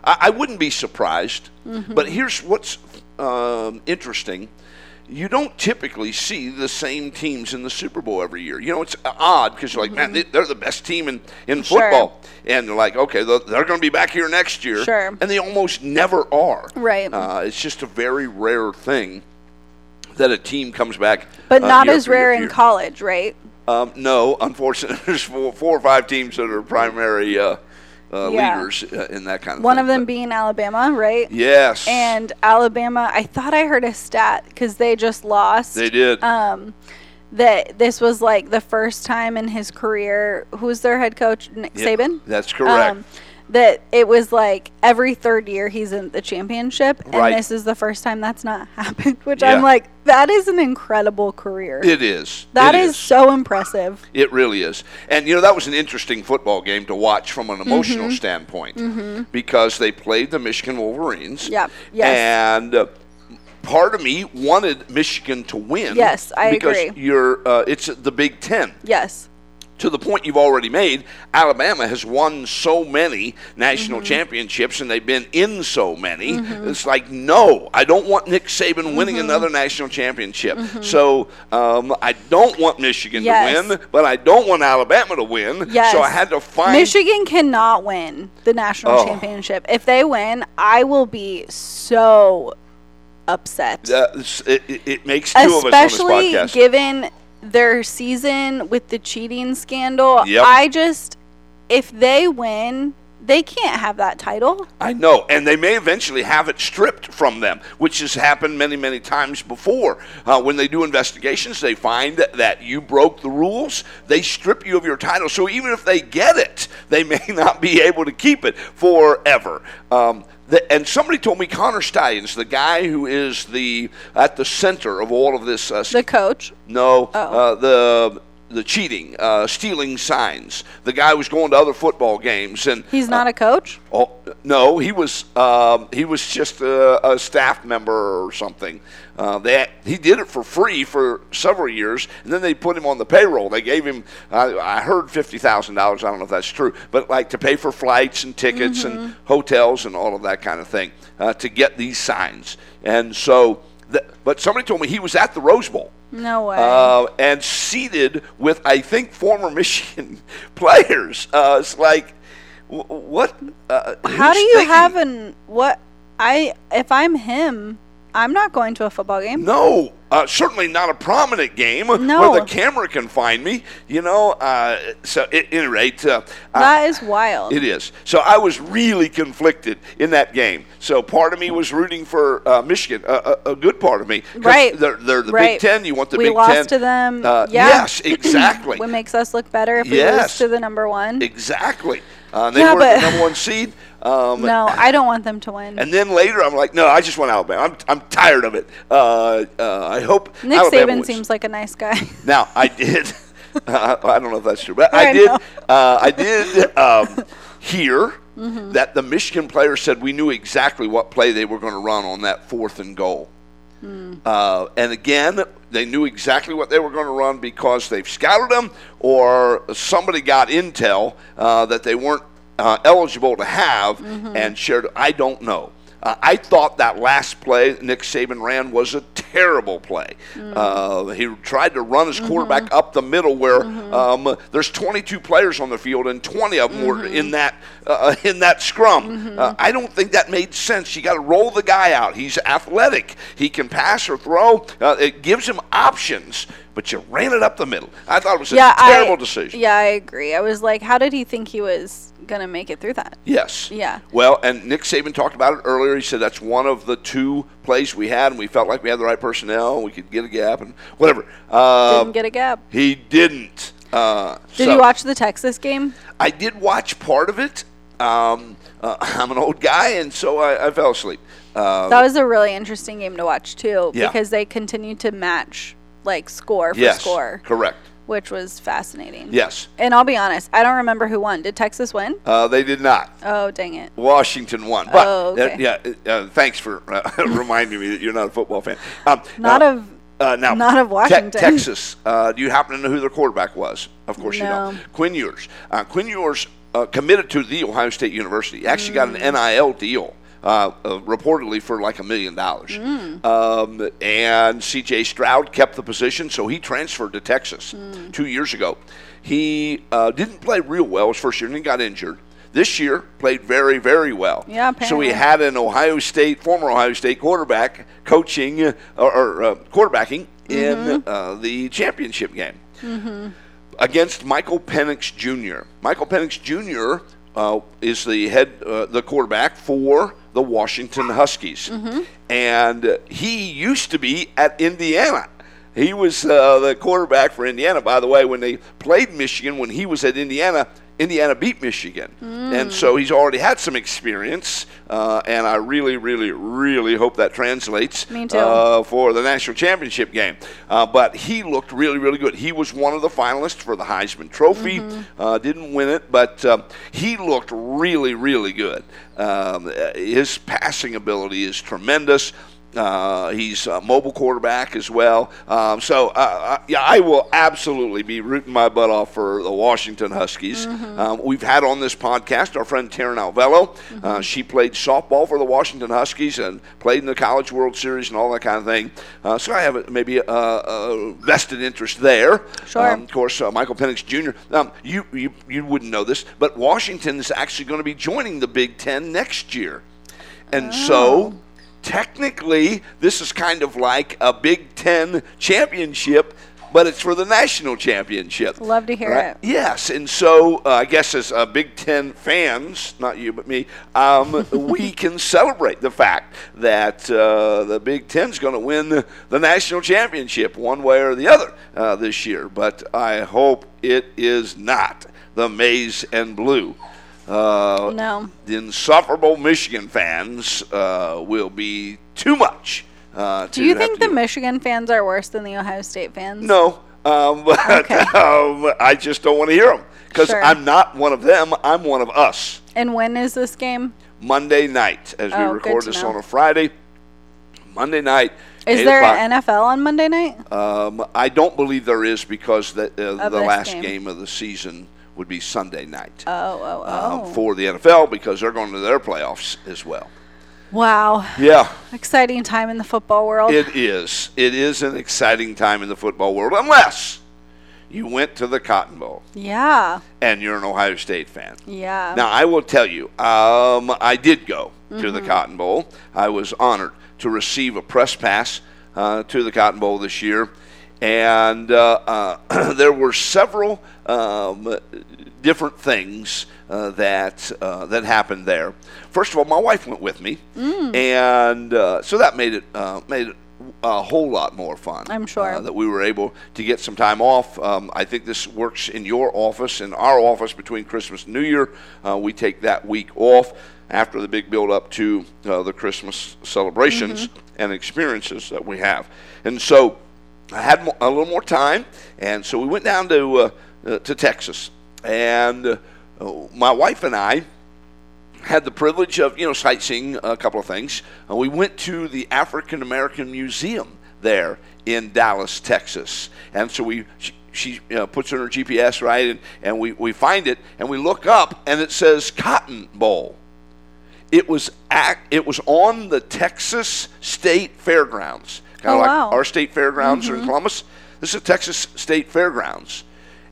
Speaker 1: I, I wouldn't be surprised. But here's what's um, interesting. You don't typically see the same teams in the Super Bowl every year. You know, it's odd because you're like, man, they, they're the best team in, in
Speaker 2: Mm-hmm. Sure.
Speaker 1: football. And they're like, okay, they're, they're going to be back here next year.
Speaker 2: Sure.
Speaker 1: And they almost never are.
Speaker 2: Right.
Speaker 1: Uh, it's just a very rare thing that a team comes back.
Speaker 2: But
Speaker 1: uh,
Speaker 2: not
Speaker 1: year
Speaker 2: as
Speaker 1: after year
Speaker 2: rare
Speaker 1: after
Speaker 2: in
Speaker 1: year.
Speaker 2: college, right?
Speaker 1: Um, no, unfortunately, there's four, four or five teams that are primary uh, uh,
Speaker 2: Yeah.
Speaker 1: leaders uh, in that kind of
Speaker 2: One
Speaker 1: thing,
Speaker 2: of them
Speaker 1: but-
Speaker 2: being Alabama, right?
Speaker 1: yes,
Speaker 2: And Alabama, I thought I heard a stat cuz they just lost.
Speaker 1: they did.
Speaker 2: um, that this was like the first time in his career. Who's their head coach? Nick
Speaker 1: Yeah,
Speaker 2: Saban.
Speaker 1: That's correct.
Speaker 2: Um, that it was like every third year he's in the championship, and
Speaker 1: Right.
Speaker 2: this is the first time that's not happened. Which
Speaker 1: Yeah.
Speaker 2: I'm like, that is an incredible career.
Speaker 1: It is.
Speaker 2: that
Speaker 1: It
Speaker 2: is, so impressive.
Speaker 1: It really is. And, you know, that was an interesting football game to watch from an emotional
Speaker 2: Mm-hmm.
Speaker 1: standpoint because they played the Michigan Wolverines.
Speaker 2: Yep. Mm-hmm. Yes.
Speaker 1: And uh, part of me wanted Michigan to win.
Speaker 2: Yes, I
Speaker 1: because
Speaker 2: agree.
Speaker 1: You're, uh, it's the Big Ten.
Speaker 2: Yes.
Speaker 1: To the point you've already made, Alabama has won so many
Speaker 2: Mm-hmm.
Speaker 1: national championships and they've been in so many. It's like, no, I don't want Nick
Speaker 2: Mm-hmm.
Speaker 1: Saban winning another national championship. So um, I don't want Michigan
Speaker 2: Yes.
Speaker 1: to win, but I don't want Alabama to win.
Speaker 2: Yes.
Speaker 1: So I had to find.
Speaker 2: Michigan cannot win the national
Speaker 1: Oh.
Speaker 2: championship. If they win, I will be so upset.
Speaker 1: Uh, it's- it, it- it makes two of us on
Speaker 2: especially
Speaker 1: this podcast.
Speaker 2: given their season with the cheating scandal.
Speaker 1: Yep.
Speaker 2: I just, if they win, they can't have that title.
Speaker 1: I know, and they may eventually have it stripped from them, which has happened many, many times before. Uh, when they do investigations, they find that you broke the rules. They strip you of your title. So even if they get it, they may not be able to keep it forever. Um, the, and somebody told me Connor Stallions, the guy who is the at the center of all of this uh,
Speaker 2: The coach,
Speaker 1: no, uh, the the cheating, uh, stealing signs. The guy was going to other football games and
Speaker 2: he's not a coach.
Speaker 1: Oh no, he was um, he was just a, a staff member or something. Uh, that he did it for free for several years, and then they put him on the payroll. They gave him I, I heard fifty thousand dollars. I don't know if that's true, but like to pay for flights and tickets and hotels and all of that kind of thing uh, to get these signs. And so, th- but somebody told me he was at the Rose Bowl
Speaker 2: No way.
Speaker 1: uh, and seated with I think former Michigan players. Uh, it's like wh- what? Uh,
Speaker 2: How
Speaker 1: who's
Speaker 2: do you
Speaker 1: thinking-
Speaker 2: have an what? I if I'm him, I'm not going to a football game.
Speaker 1: No, uh, certainly not a prominent game
Speaker 2: No.
Speaker 1: where the camera can find me. You know, uh, so at any rate, uh, I-
Speaker 2: That is wild.
Speaker 1: It is. So I was really conflicted in that game. So part of me was rooting for uh, Michigan, a, a, a good part of me. 'Cause
Speaker 2: Right.
Speaker 1: They're, they're the Big
Speaker 2: Right.
Speaker 1: Ten. You want the
Speaker 2: we
Speaker 1: Big
Speaker 2: lost
Speaker 1: Ten.
Speaker 2: to them.
Speaker 1: Uh,
Speaker 2: yeah.
Speaker 1: Yes, exactly.
Speaker 2: What makes us look better if we
Speaker 1: Yes.
Speaker 2: lose to the number one?
Speaker 1: Exactly. Uh, they
Speaker 2: Yeah,
Speaker 1: were the
Speaker 2: but-
Speaker 1: number one seed. Um,
Speaker 2: no, I don't want them to win.
Speaker 1: And then later, I'm like, no, I just want Alabama. I'm, I'm tired of it. Uh, uh, I hope
Speaker 2: Nick
Speaker 1: Alabama
Speaker 2: Saban
Speaker 1: wins.
Speaker 2: seems like a nice guy.
Speaker 1: Now I did. uh, I don't know if that's true, but I,
Speaker 2: I
Speaker 1: did.
Speaker 2: know.
Speaker 1: Uh, I did um, hear that the Michigan player said we knew exactly what play they were going to run on that fourth and goal. Uh, and again, they knew exactly what they were going to run because they've scouted them, or somebody got intel uh, that they weren't uh, eligible to have and shared. I don't know. Uh, I thought that last play Nick Saban ran was a terrible play. Uh, he tried to run his quarterback up the middle, where um, there's 22 players on the field and 20 of them were
Speaker 2: Mm-hmm.
Speaker 1: in that uh, in that scrum. Uh, I don't think that made sense. You got to roll the guy out. He's athletic. He can pass or throw. Uh, it gives him options, but you ran it up the middle. I thought it was a
Speaker 2: yeah,
Speaker 1: terrible
Speaker 2: I,
Speaker 1: decision.
Speaker 2: Yeah, I agree. I was like, how did he think he was gonna make it through that?
Speaker 1: Yes.
Speaker 2: Yeah.
Speaker 1: Well, and Nick Saban talked about it earlier. He said that's one of the two plays we had, and we felt like we had the right personnel, and we could get a gap and whatever. Um,
Speaker 2: Didn't get a gap.
Speaker 1: He didn't. Uh,
Speaker 2: Did
Speaker 1: so
Speaker 2: you watch the Texas game?
Speaker 1: I did watch part of it. Um, uh, I'm an old guy, and so I, I fell asleep. Uh,
Speaker 2: That was a really interesting game to watch too,
Speaker 1: Yeah.
Speaker 2: because they continued to match like score for
Speaker 1: yes.
Speaker 2: score,
Speaker 1: Correct.
Speaker 2: which was fascinating.
Speaker 1: Yes.
Speaker 2: And I'll be honest, I don't remember who won. Did Texas win?
Speaker 1: Uh, they did not.
Speaker 2: Oh dang it!
Speaker 1: Washington won. But
Speaker 2: Oh, okay.
Speaker 1: uh, yeah, uh, thanks for uh, reminding me that you're not a football fan. Um,
Speaker 2: Not
Speaker 1: now-
Speaker 2: of
Speaker 1: uh, now,
Speaker 2: not of
Speaker 1: Te-
Speaker 2: Washington.
Speaker 1: Texas. Uh, do you happen to know who their quarterback was? Of course you
Speaker 2: No.
Speaker 1: don't. Quinn Ewers. Uh, Quinn Ewers uh, committed to the Ohio State University. Actually got
Speaker 2: Hmm.
Speaker 1: an NIL deal. Uh, uh, reportedly for like a million dollars.
Speaker 2: Mm.
Speaker 1: Um, and CJ Stroud kept the position, so he transferred to Texas
Speaker 2: Hmm.
Speaker 1: two years ago. He uh, didn't play real well his first year and he got injured. This year, played very, very well.
Speaker 2: Yeah,
Speaker 1: So
Speaker 2: apparently.
Speaker 1: he had an Ohio State, former Ohio State quarterback coaching uh, or, or uh, quarterbacking in
Speaker 2: Mm-hmm.
Speaker 1: uh, the championship game against Michael Penix Jr. Michael Penix Jr. Uh, is the head, uh, the quarterback for the Washington Huskies, and he used to be at Indiana. He was uh, the quarterback for Indiana. By the way, when they played Michigan, when he was at Indiana, Indiana beat Michigan,
Speaker 2: Mm.
Speaker 1: and so he's already had some experience. Uh, and I really, really, really hope that translates
Speaker 2: Me too.
Speaker 1: Uh, for the national championship game. Uh, but he looked really, really good. He was one of the finalists for the Heisman Trophy.
Speaker 2: Mm-hmm.
Speaker 1: Uh, didn't win it, but um, he looked really, really good. Um, uh, his passing ability is tremendous. Uh, he's a mobile quarterback as well. Um, so, uh, I, yeah, I will absolutely be rooting my butt off for the Washington Huskies.
Speaker 2: Mm-hmm.
Speaker 1: Um, we've had on this podcast our friend Taryn Alvello. Uh, she played softball for the Washington Huskies and played in the College World Series and all that kind of thing. Uh, so, I have a- maybe a, a vested interest there.
Speaker 2: Sure.
Speaker 1: Um, of course, uh, Michael Penix Jr. Um, you, you, you wouldn't know this, but Washington is actually going to be joining the Big Ten next year. And so, technically, this is kind of like a Big Ten championship, but it's for the national championship.
Speaker 2: Love to hear
Speaker 1: Right?
Speaker 2: it.
Speaker 1: Yes, and so uh, I guess as uh, Big Ten fans, not you but me, um, we can celebrate the fact that uh, the Big Ten's going to win the national championship one way or the other uh, this year. But I hope it is not the maize and blue. Uh,
Speaker 2: No.
Speaker 1: The insufferable Michigan fans uh, will be too much. Uh,
Speaker 2: Do you
Speaker 1: to have
Speaker 2: think
Speaker 1: to
Speaker 2: the
Speaker 1: deal-
Speaker 2: Michigan fans are worse than the Ohio State fans?
Speaker 1: no, um, but
Speaker 2: Okay.
Speaker 1: um, I just don't want to hear them because
Speaker 2: Sure.
Speaker 1: I'm not one of them. I'm one of us.
Speaker 2: And when is this game?
Speaker 1: Monday night, as
Speaker 2: Oh,
Speaker 1: we
Speaker 2: good
Speaker 1: record
Speaker 2: to
Speaker 1: this
Speaker 2: know.
Speaker 1: on a Friday. Monday night.
Speaker 2: Is
Speaker 1: 8
Speaker 2: there
Speaker 1: o'clock.
Speaker 2: an NFL on Monday night?
Speaker 1: Um, I don't believe there is because the, uh,
Speaker 2: Of
Speaker 1: the
Speaker 2: this
Speaker 1: last game.
Speaker 2: game.
Speaker 1: of the season would be Sunday night
Speaker 2: Oh, oh,
Speaker 1: um,
Speaker 2: oh.
Speaker 1: for the NFL because they're going to their playoffs as well.
Speaker 2: wow.
Speaker 1: Yeah.
Speaker 2: Exciting time in the football world.
Speaker 1: It is. It is an exciting time in the football world, unless you went to the Cotton Bowl
Speaker 2: yeah.
Speaker 1: and you're an Ohio State fan.
Speaker 2: Yeah.
Speaker 1: Now, I will tell you, um, I did go to the Cotton Bowl. I was honored to receive a press pass uh, to the Cotton Bowl this year. And uh, uh, there were several um, different things uh, that uh, that happened there. First of all, my wife went with me,
Speaker 2: Hmm. Mm,
Speaker 1: and uh, so that made it uh, made it a whole lot more fun.
Speaker 2: I'm sure.
Speaker 1: uh, that we were able to get some time off. Um, I think this works in your office, in our office between Christmas and New Year. Uh, we take that week off after the big build up to uh, the Christmas celebrations
Speaker 2: Mm-hmm.
Speaker 1: and experiences that we have. And so I had mo- a little more time, and so we went down to, uh, uh, to Texas. And uh, my wife and I had the privilege of you know sightseeing a couple of things. Uh, we went to the African American Museum there in Dallas, Texas, and so we she, she uh, puts in her GPS right, and, and we we find it, and we look up, and it says Cotton Bowl. It was act, it was on the Texas State Fairgrounds, kind of
Speaker 2: Oh,
Speaker 1: like
Speaker 2: wow.
Speaker 1: our state fairgrounds are in Columbus. This is Texas State Fairgrounds.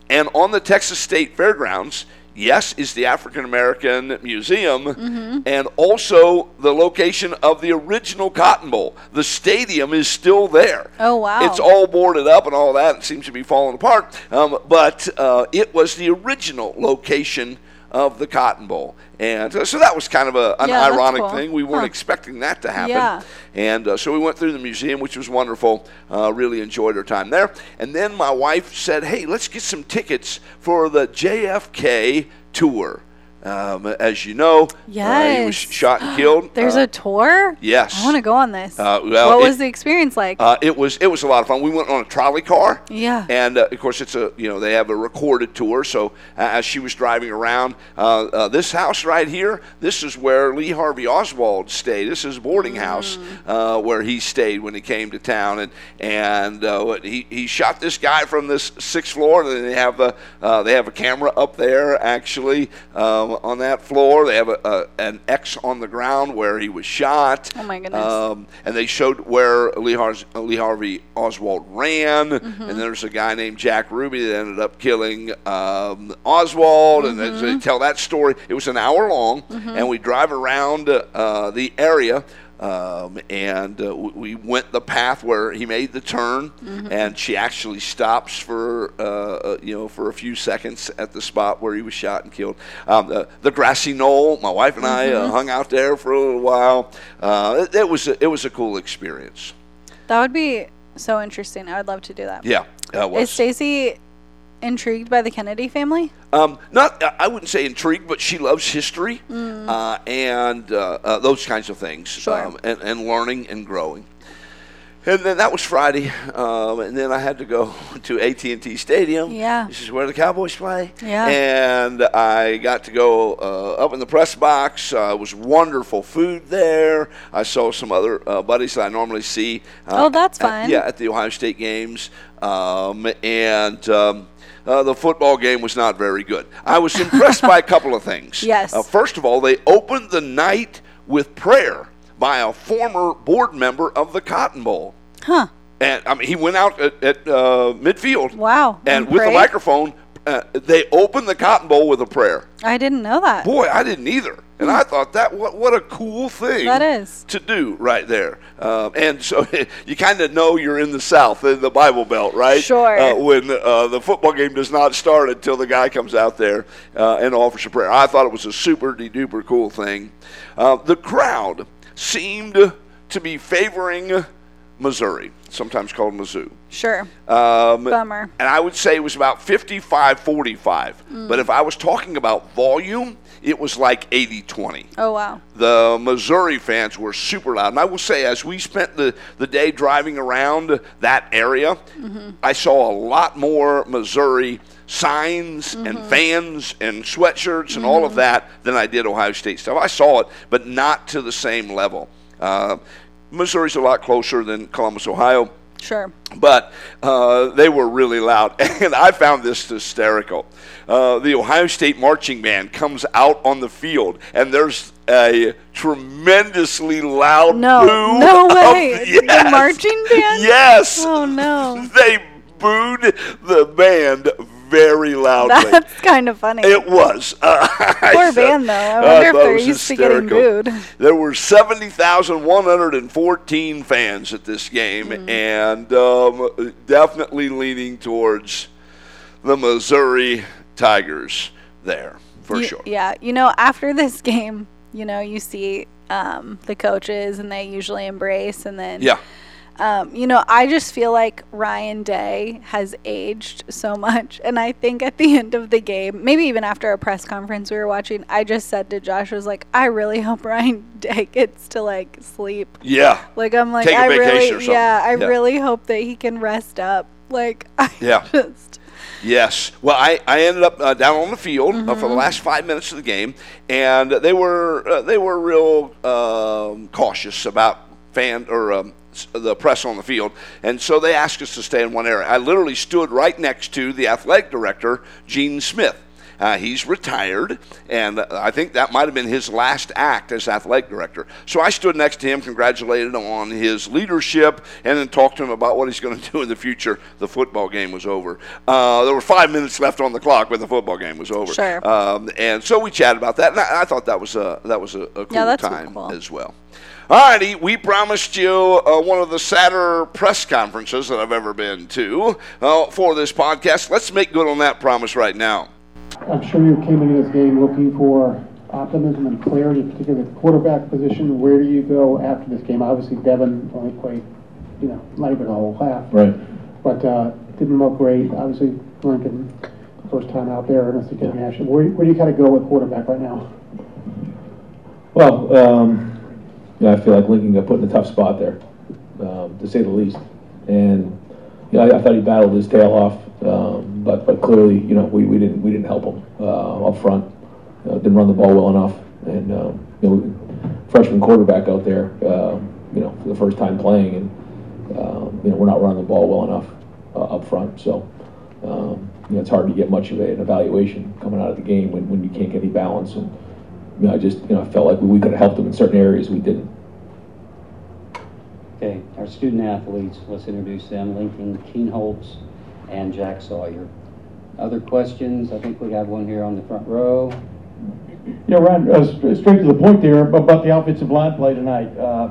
Speaker 1: And on the Texas State Fairgrounds, yes, is the African American Museum and also the location of the original Cotton Bowl. The stadium is still there.
Speaker 2: Oh, wow.
Speaker 1: It's all boarded up and all that. It seems to be falling apart. Um, but uh, it was the original location of the Cotton Bowl. And uh, so, so that was kind of a, an
Speaker 2: Yeah, that's
Speaker 1: ironic
Speaker 2: cool.
Speaker 1: thing. We weren't
Speaker 2: Huh.
Speaker 1: expecting that to happen.
Speaker 2: Yeah.
Speaker 1: And uh, so we went through the museum, which was wonderful. Uh, really enjoyed our time there. And then my wife said, "Hey, let's get some tickets for the JFK tour." Um, as you know, uh, he was
Speaker 2: Yes.
Speaker 1: shot and killed.
Speaker 2: There's
Speaker 1: Uh,
Speaker 2: a tour?
Speaker 1: yes.
Speaker 2: I want to go on this.
Speaker 1: Uh, well,
Speaker 2: what
Speaker 1: it-
Speaker 2: was the experience like?
Speaker 1: uh, it was it was a lot of fun. We went on a trolley car.
Speaker 2: Yeah.
Speaker 1: And uh, of course, it's a you know they have a recorded tour. So uh, as she was driving around, uh, uh, this house right here, this is where Lee Harvey Oswald stayed. This is a boarding
Speaker 2: Mm.
Speaker 1: house uh, where he stayed when he came to town, and and uh, what- he he shot this guy from this sixth floor. And then they have a uh, they have a camera up there actually um, on that floor. They have a, a an X on the ground where he was shot.
Speaker 2: Oh, my goodness.
Speaker 1: Uh, um, and they showed where Lee, Har- Lee Harvey Oswald ran,
Speaker 2: Mm-hmm.
Speaker 1: and there's a guy named Jack Ruby that ended up killing um, Oswald, and they, they tell that story. It was an hour long, and we drive around uh, the area. Um, and uh, we we went the path where he made the turn, and she actually stops for uh, uh, you know for a few seconds at the spot where he was shot and killed. Um, the, the grassy knoll. My wife and I uh, hung out there for a little while. Uh, it, it was a, it was a cool experience.
Speaker 2: that would be so interesting. I would love to do that. Is
Speaker 1: Yeah, uh, it was.
Speaker 2: Stacy intrigued by the Kennedy family?
Speaker 1: Um, not, I wouldn't say intrigued, but she loves history
Speaker 2: Mm.
Speaker 1: uh, and uh, uh, those kinds of things,
Speaker 2: Mm-hmm.
Speaker 1: um,
Speaker 2: Sure.
Speaker 1: and, and learning and growing. And then that was Friday, um, and then I had to go to AT and T Stadium.
Speaker 2: Yeah.
Speaker 1: this is where the Cowboys play.
Speaker 2: Yeah.
Speaker 1: and I got to go uh, up in the press box. Uh, it was wonderful food there. I saw some other uh, buddies that I normally see. Uh,
Speaker 2: Oh, that's
Speaker 1: at-
Speaker 2: fun.
Speaker 1: yeah, at the Ohio State games, um, and um, uh, the football game was not very good. I was impressed by a couple of things.
Speaker 2: Yes.
Speaker 1: Uh, first of all, they opened the night with prayer by a former board member of the Cotton Bowl.
Speaker 2: Huh.
Speaker 1: And I mean, he went out at, at uh, midfield.
Speaker 2: Wow.
Speaker 1: And
Speaker 2: And
Speaker 1: with the
Speaker 2: prayed?
Speaker 1: microphone, uh, they opened the Cotton Bowl with a prayer.
Speaker 2: I didn't know that.
Speaker 1: Boy, I didn't either. And I thought that what what a cool thing
Speaker 2: That is.
Speaker 1: to do right there. Um, and so you kind of know you're in the South, in the Bible Belt, right?
Speaker 2: Sure.
Speaker 1: Uh, when uh, the football game does not start until the guy comes out there uh, and offers a prayer. I thought it was a super de duper cool thing. Uh, the crowd seemed to be favoring Missouri, sometimes called Mizzou.
Speaker 2: Sure.
Speaker 1: Um,
Speaker 2: Bummer. Mm.
Speaker 1: and I would say it was about 55 45. But if I was talking about volume, it was like 80 20.
Speaker 2: Oh wow.
Speaker 1: The Missouri fans were super loud. And I will say, as we spent the, the day driving around that area,
Speaker 2: Mm-hmm.
Speaker 1: I saw a lot more Missouri signs and
Speaker 2: Mm-hmm.
Speaker 1: fans and sweatshirts and all of that than I did Ohio State stuff. I saw it, but not to the same level. Uh, Missouri's a lot closer than Columbus, Ohio
Speaker 2: Sure.
Speaker 1: but uh, they were really loud, and I found this hysterical. Uh, the Ohio State marching band comes out on the field, and there's a tremendously loud
Speaker 2: No.
Speaker 1: boo.
Speaker 2: No
Speaker 1: of-
Speaker 2: way.
Speaker 1: Oh, yes.
Speaker 2: The marching band.
Speaker 1: Yes,
Speaker 2: Oh no.
Speaker 1: they uh, booed the band very loudly.
Speaker 2: That's kind of funny.
Speaker 1: It was. Uh, I
Speaker 2: Poor
Speaker 1: said-
Speaker 2: band though. I
Speaker 1: uh,
Speaker 2: wonder if
Speaker 1: thought it
Speaker 2: they're
Speaker 1: was
Speaker 2: used to getting
Speaker 1: hysterical.
Speaker 2: booed.
Speaker 1: There were 70,114 fans at this game, and um, definitely leaning towards the Missouri Tigers there, for
Speaker 2: You-
Speaker 1: sure.
Speaker 2: Yeah, you know, after this game, you know, you see um, the coaches and they usually embrace, and then
Speaker 1: Yeah.
Speaker 2: um, you know, I just feel like Ryan Day has aged so much, and I think at the end of the game, maybe even after a press conference we were watching, I just said to Josh, I was like, I really hope Ryan Day gets to like sleep.
Speaker 1: Yeah.
Speaker 2: Like I'm like
Speaker 1: Take a
Speaker 2: I
Speaker 1: vacation or
Speaker 2: really
Speaker 1: something.
Speaker 2: yeah, I
Speaker 1: Yeah.
Speaker 2: really hope that he can rest up. Like I
Speaker 1: Yeah.
Speaker 2: just
Speaker 1: Yes. Well, I, I ended up uh, down on the field uh, for the last five minutes of the game, and they were uh, they were real um, cautious about fan or um, s- the press on the field, and so they asked us to stay in one area. I literally stood right next to the athletic director, Gene Smith. Uh, he's retired, and I think that might have been his last act as athletic director. So I stood next to him, congratulated him on his leadership, and then talked to him about what he's going to do in the future. The football game was over. Uh, there were five minutes left on the clock when the football game was over.
Speaker 2: Sure.
Speaker 1: Um, and so we chatted about that, and I, I thought that was a that was a, a cool
Speaker 2: that's
Speaker 1: time
Speaker 2: cool.
Speaker 1: as well. Alrighty, we promised you uh, one of the sadder press conferences that I've ever been to uh, for this podcast. Let's make good on that promise right now.
Speaker 3: I'm sure you came into this game looking for optimism and clarity, particularly at the quarterback position. Where do you go after this game? Obviously, Devin only played, you know, not even a whole half.
Speaker 4: Right.
Speaker 3: But uh, didn't look great. Obviously, Lincoln, first time out there in a significant action. Where, where do you kind of go with quarterback right now?
Speaker 4: Well, um, you know, I feel like Lincoln got put in a tough spot there, um, to say the least. And you know, I, I thought he battled his tail off, um, but but clearly, you know, we, we didn't we didn't help him uh, up front. Uh, didn't run the ball well enough, and um, you know, freshman quarterback out there, um, you know, for the first time playing, and um, you know, we're not running the ball well enough uh, up front. So um, you know, it's hard to get much of an evaluation coming out of the game when, when you can't get any balance and. you know, I just, you know, I felt like we could have helped them in certain areas, we didn't.
Speaker 5: Okay, our student athletes, let's introduce them, Lincoln Keenholz and Jack Sawyer. Other questions? I think we have one here on the front row.
Speaker 6: Yeah, Ryan, uh, str- straight to the point there ab- about the offensive line play tonight. Uh,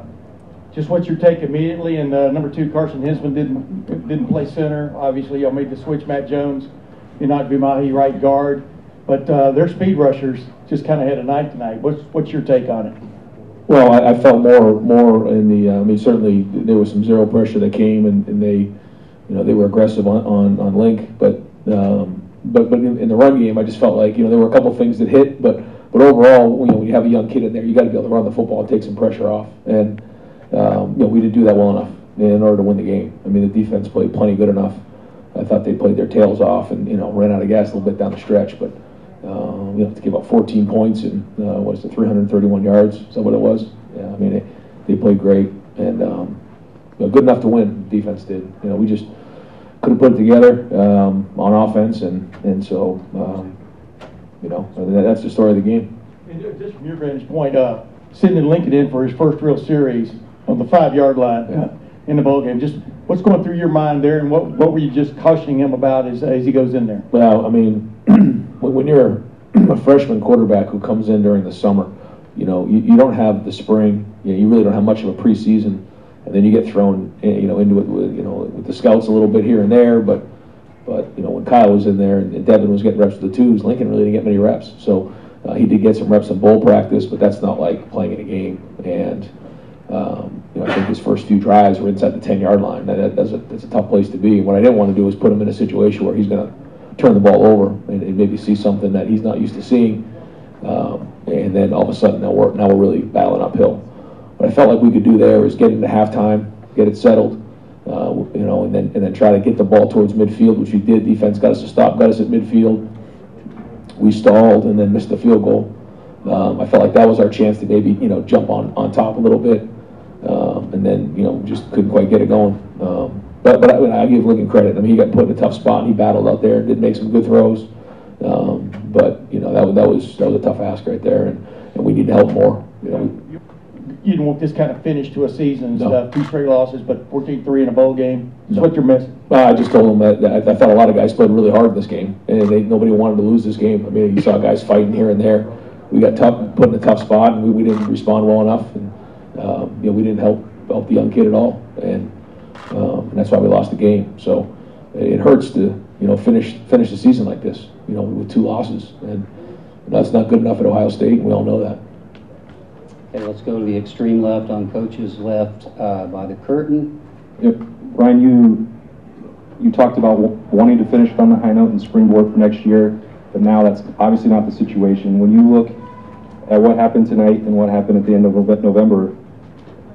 Speaker 6: Just what's your take immediately? And uh, number two, Carson Hinsman didn't, didn't play center. Obviously, y'all made the switch, Matt Jones, Enoch Bumahi, right guard. But uh, their speed rushers just kind of had a night tonight. What's, what's your take on it?
Speaker 4: Well, I, I felt more, more in the, uh, I mean, certainly there was some zero pressure that came and, and they, you know, they were aggressive on, on, on Link, but Um, but but in, in the run game, I just felt like you know there were a couple things that hit, but but overall, you know, when you have a young kid in there, you got to be able to run the football and take some pressure off. And um, you know, we didn't do that well enough in order to win the game. I mean, the defense played plenty good enough. I thought they played their tails off and you know ran out of gas a little bit down the stretch, but um, you know to give up 14 points and uh, what is it, 331 yards? Is that what it was? Yeah, I mean they, they played great and um, you know, good enough to win. Defense did. You know we just couldn't put it together um, on offense and and so um, you know so that, that's the story of the game.
Speaker 6: And ju- just from your vantage point, uh, sitting in Lincoln in for his first real series on the five-yard line uh, in the ballgame, just what's going through your mind there, and what, what were you just cautioning him about as, as he goes in there?
Speaker 4: Well, I mean, when when you're a freshman quarterback who comes in during the summer, you know, you, you don't have the spring, you know, you really don't have much of a preseason, and then you get thrown, eh, you know, into it with, you know, with the scouts a little bit here and there, but, but, you know, when Kyle was in there and Devin was getting reps with the twos, Lincoln really didn't get many reps, so, uh, he did get some reps in bowl practice, but that's not like playing in a game, and, um, you know, I think his first few drives were inside the 10 yard line. That, that, that's, a, that's a tough place to be. What I didn't want to do was put him in a situation where he's going to turn the ball over and, and maybe see something that he's not used to seeing. Um, and then all of a sudden, now we're, now we're really battling uphill. What I felt like we could do there is get into halftime, get it settled, uh, you know, and then, and then try to get the ball towards midfield, which we did. Defense got us to stop, got us at midfield. We stalled and then missed the field goal. Um, I felt like that was our chance to maybe, you know, jump on, on top a little bit. Um, and then, you know, just couldn't quite get it going. Um, but but I, I give Lincoln credit. I mean, he got put in a tough spot. and He battled out there, did make some good throws. Um, but, you know, that, was- that was that was a tough ask right there, and, and we need to help more. You know,
Speaker 6: You didn't want this kind of finish to a season and
Speaker 4: No.
Speaker 6: stuff, two straight losses, but 14-3 in a bowl game, is what your message?
Speaker 4: Well, Uh, I just told him that, that I thought a lot of guys played really hard in this game, and they, nobody wanted to lose this game. I mean, you saw guys fighting here and there. We got tough, put in a tough spot, and we, we didn't respond well enough, and um, you know we didn't help help the young kid at all, and, um, and that's why we lost the game. So it, it hurts to you know finish finish the season like this, you know, with two losses, and that's not good enough at Ohio State. and We all know that.
Speaker 5: Okay, let's go to the extreme left on coaches left uh, by the curtain.
Speaker 7: Yep. Ryan, you, you talked about w- wanting to finish on a high note and springboard for next year, but now that's obviously not the situation. When you look at what happened tonight and what happened at the end of Nove- November,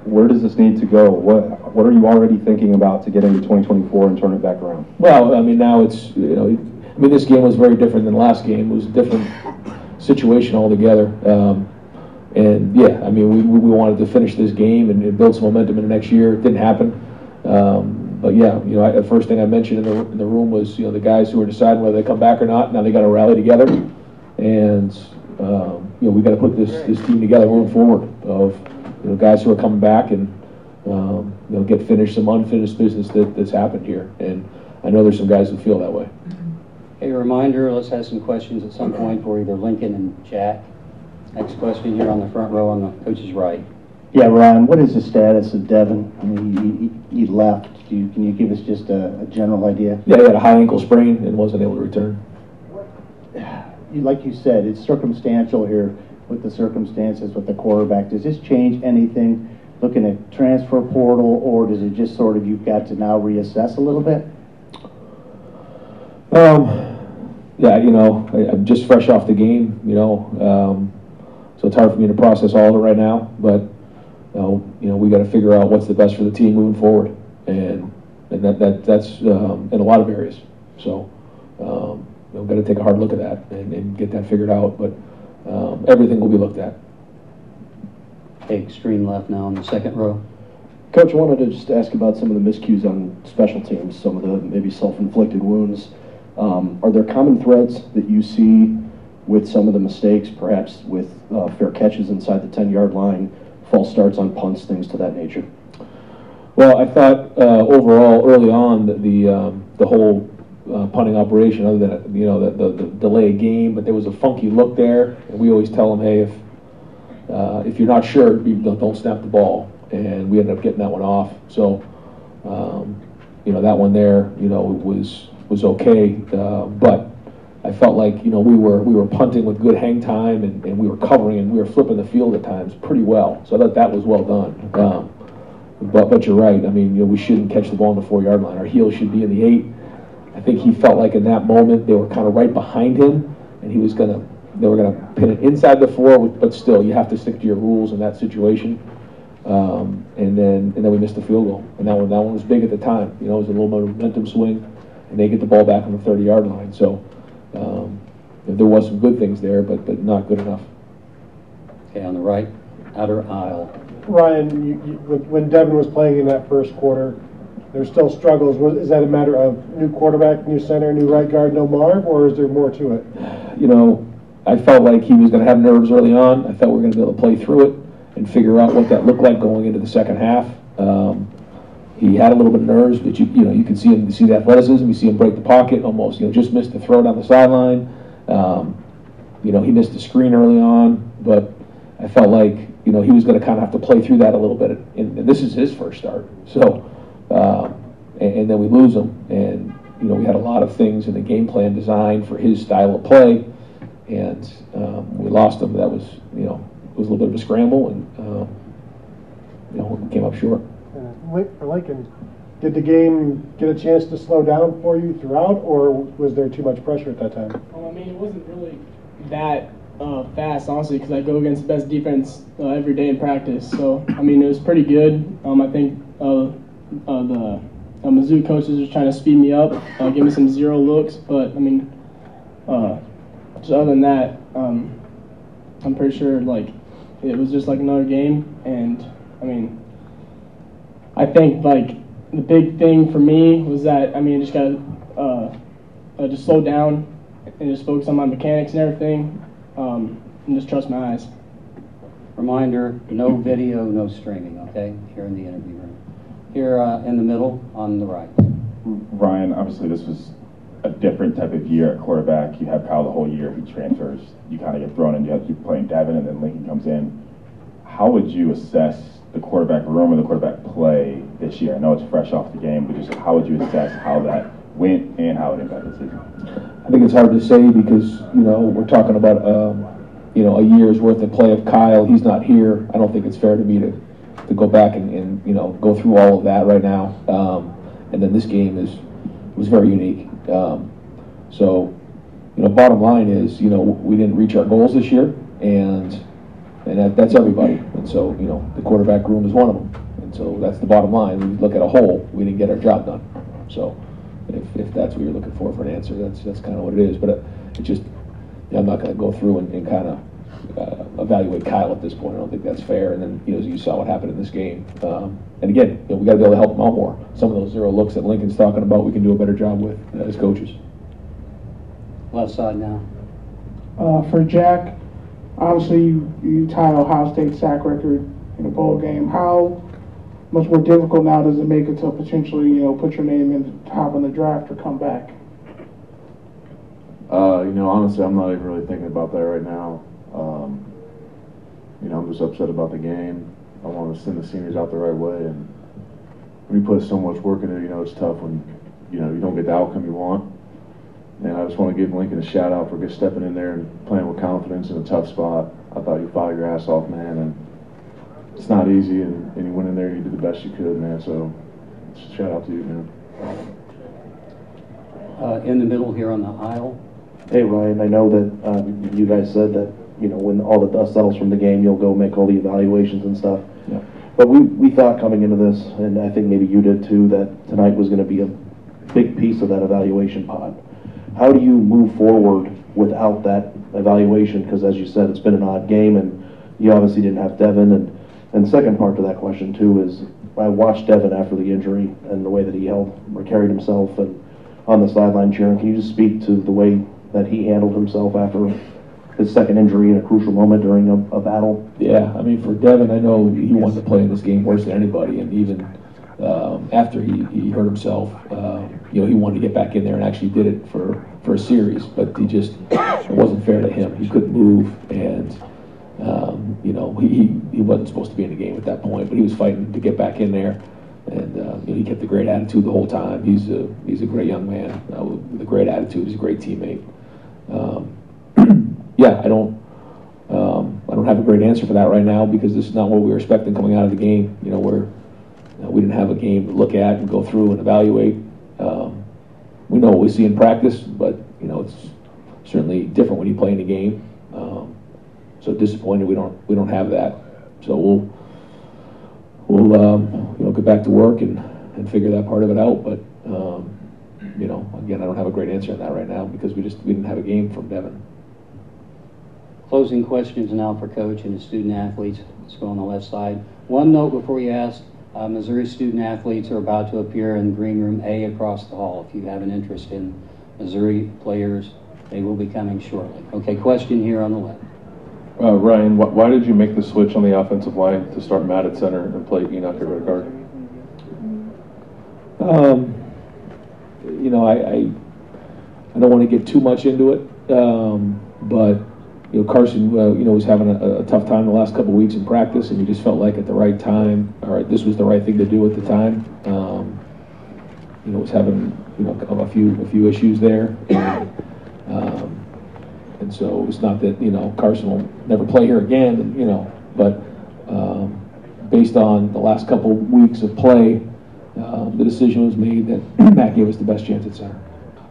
Speaker 7: where does this need to go? What, what are you already thinking about to get into 2024 and turn it back around?
Speaker 4: Well, I mean, now it's, you know, I mean, this game was very different than last game. It was a different situation altogether. Um, and yeah, I mean, we, we wanted to finish this game and, and build some momentum in the next year. It didn't happen. Um, but yeah, you know, I, the first thing I mentioned in the, in the room was, you know, the guys who were deciding whether they come back or not. Now they got to rally together. And, um, you know, we got to put this, this team together moving forward of, you know, guys who are coming back and, um, you know, get finished some unfinished business that, that's happened here. And I know there's some guys who feel that way.
Speaker 5: A reminder, let's have some questions at some point for either Lincoln and Jack. Next question here on the front row on the coach's right.
Speaker 8: Yeah, Ryan, what is the status of Devin? I mean, he, he he left. Do you, can you give us just a, a general idea?
Speaker 4: Yeah, he had a high ankle sprain and wasn't able to return.
Speaker 8: You- Like you said, it's circumstantial here with the circumstances with the quarterback. Does this change anything looking at transfer portal, or does it just sort of you've got to now reassess a little bit?
Speaker 4: Um, yeah, you know, I, I'm just fresh off the game, you know, um, so it's hard for me to process all of it right now. But you know, you know we got to figure out what's the best for the team moving forward, and and that, that that's um, in a lot of areas. So um, you know, we've got to take a hard look at that and, and get that figured out. But um, everything will be looked at.
Speaker 5: Okay, extreme left now on the second row.
Speaker 9: Coach, I wanted to just ask about some of the miscues on special teams, some of the maybe self-inflicted wounds. Um, are there common threads that you see with some of the mistakes, perhaps with uh, fair catches inside the 10-yard line, false starts on punts, things to that nature?
Speaker 4: Well, I thought uh, overall early on that the um, the whole uh, punting operation, other than you know the, the, the delay game, but there was a funky look there. And we always tell them, hey, if uh, if you're not sure, you don't, don't snap the ball. And we ended up getting that one off. So um, you know that one there, you know, was was okay, uh, but. I felt like you know we were we were punting with good hang time and, and we were covering and we were flipping the field at times pretty well. So I thought that was well done. Um, but, but you're right. I mean, you know, we shouldn't catch the ball on the four yard line. Our heels should be in the eight. I think he felt like in that moment, they were kind of right behind him, and he was gonna, they were gonna pin it inside the four, which- but still, you have to stick to your rules in that situation. Um, and then, and then we missed the field goal, and that one, that one was big at the time, you know, it was a little momentum swing, and they get the ball back on the thirty yard line, so, um, there was some good things there, but, but not good enough.
Speaker 5: Okay, on the right outer aisle.
Speaker 10: Ryan, you- you- when- when Devin was playing in that first quarter, there's still struggles. Was- Is that a matter of new quarterback, new center, new right guard, no Marv, or is there more to it?
Speaker 4: you know, I felt like he was going to have nerves early on. I thought we were going to be able to play through it and figure out what that looked like going into the second half. Um, he had a little bit of nerves, but you, you know, you can see him, you see the athleticism, you see him break the pocket almost, you know, just missed the throw down the sideline. Um, you know, he missed the screen early on, but I felt like, you know, he was going to kind of have to play through that a little bit. And, and this is his first start. So, um, and, and then we lose him. And, you know, we had a lot of things in the game plan designed for his style of play. And um, we lost him. That was, you know, it was a little bit of a scramble and, um, you know, we came up short.
Speaker 10: Uh, Link- For Lincoln, did the game get a chance to slow down for you throughout, or was there too much pressure at that time?
Speaker 11: Well, Oh, I mean, it wasn't really that uh, fast, honestly, because I go against the best defense uh, every day in practice. So, I mean, it was pretty good. Um, I think uh, uh, the uh, Mizzou coaches were trying to speed me up, uh, give me some zero looks. But, I mean, uh, just other than that, um, I'm pretty sure, like, it was just like another game. And, I mean, I think, like, the big thing for me was that, I mean, I just got to uh, uh, just slow down and just focus on my mechanics and everything, um, and just trust my eyes.
Speaker 5: Reminder, no video, no streaming, okay? Here in the interview room. Here uh, in the middle, on the right.
Speaker 12: Ryan, obviously this was a different type of year at quarterback. You have Kyle the whole year, he transfers, you kind of get thrown in, you have to keep playing Devin, and then Lincoln comes in. How would you assess the quarterback room or the quarterback play this year? I know it's fresh off the game, but just how would you assess how that went and how it impacted the season?
Speaker 4: I think it's hard to say because, you know, we're talking about, um, you know, a year's worth of play of Kyle. He's not here. I don't think it's fair to me to, to go back and, and, you know, go through all of that right now. Um, and then this game is, was very unique. Um, so, you know, bottom line is, you know, we didn't reach our goals this year and, and that, that's everybody. And so, you know, the quarterback room is one of them. And so that's the bottom line. When you look at a whole, we didn't get our job done. So, if, if that's what you're looking for for an answer, that's, that's kind of what it is. But it, it just, yeah, I'm not going to go through and, and kind of uh, evaluate Kyle at this point. I don't think that's fair. And then, you know, as you saw what happened in this game. Um, and again, you know, we got to be able to help him out more. Some of those zero looks that Lincoln's talking about, we can do a better job with uh, as coaches.
Speaker 5: Left side now.
Speaker 13: Uh, for Jack, obviously you, you tie Ohio State sack record in a bowl game. How much more difficult now does it make it to potentially, you know, put your name in the top in the draft or come back?
Speaker 14: Uh, you know, honestly, I'm not even really thinking about that right now. Um, you know, I'm just upset about the game. I want to send the seniors out the right way, and when you put so much work into it, you know, it's tough when you know you don't get the outcome you want. And I just want to give Lincoln a shout out for just stepping in there and playing with confidence in a tough spot. I thought you fought your ass off, man, and it's not easy. And, and you went in there and you did the best you could, man. So, shout out to you, man.
Speaker 5: Uh, in the middle here on the aisle.
Speaker 15: Hey, Ryan, I know that um, you guys said that, you know, when all the dust settles from the game, you'll go make all the evaluations and stuff.
Speaker 4: Yeah.
Speaker 15: But we, we thought coming into this, and I think maybe you did too, that tonight was going to be a big piece of that evaluation pod. How do you move forward without that evaluation? Because as you said, it's been an odd game, and you obviously didn't have Devin. And, and second part to that question too is, I watched Devin after the injury and the way that he held or carried himself and on the sideline cheering. Can you just speak to the way that he handled himself after his second injury in a crucial moment during a, a battle?
Speaker 4: Yeah, I mean, for Devin, I know he wanted to play in this game worse than anybody, and even um, after he, he hurt himself, uh, you know, he wanted to get back in there and actually did it for, for a series, but he just, it wasn't fair to him. He couldn't move, and, um, you know, he, he- he wasn't supposed to be in the game at that point, but he was fighting to get back in there, and, uh, you know, he kept a great attitude the whole time. He's a, he's a great young man uh, with a great attitude. He's a great teammate. Um, yeah, I don't, um, I don't have a great answer for that right now because this is not what we were expecting coming out of the game. You know, we're, uh, we didn't have a game to look at and go through and evaluate. Um, we know what we see in practice, but, you know, it's certainly different when you play in a game. Um, So disappointed we don't, we don't have that. So we'll, we'll, um, you know, get back to work and, and figure that part of it out, but, um, you know, again, I don't have a great answer on that right now because we just, we didn't have a game from Devon.
Speaker 5: Closing questions now for coach and the student athletes. Let's go on the left side. One note before you ask, uh, Missouri student athletes are about to appear in green room A across the hall. If you have an interest in Missouri players, they will be coming shortly. Okay, question here on the left.
Speaker 16: Uh, Ryan, wh- why did you make the switch on the offensive line to start Matt at center and play Enoch at right guard?
Speaker 4: Um, you know, I, I, I don't want to get too much into it, um, but, you know, Carson, uh, you know, was having a, a tough time the last couple of weeks in practice, and you just felt like at the right time, all right, this was the right thing to do at the time. Um, you know, was having, you know, a few, a few issues there. And, um, and so it's not that, you know, Carson will never play here again, and, you know, but, um, based on the last couple of weeks of play, um, the decision was made that Matt gave us the best chance at center.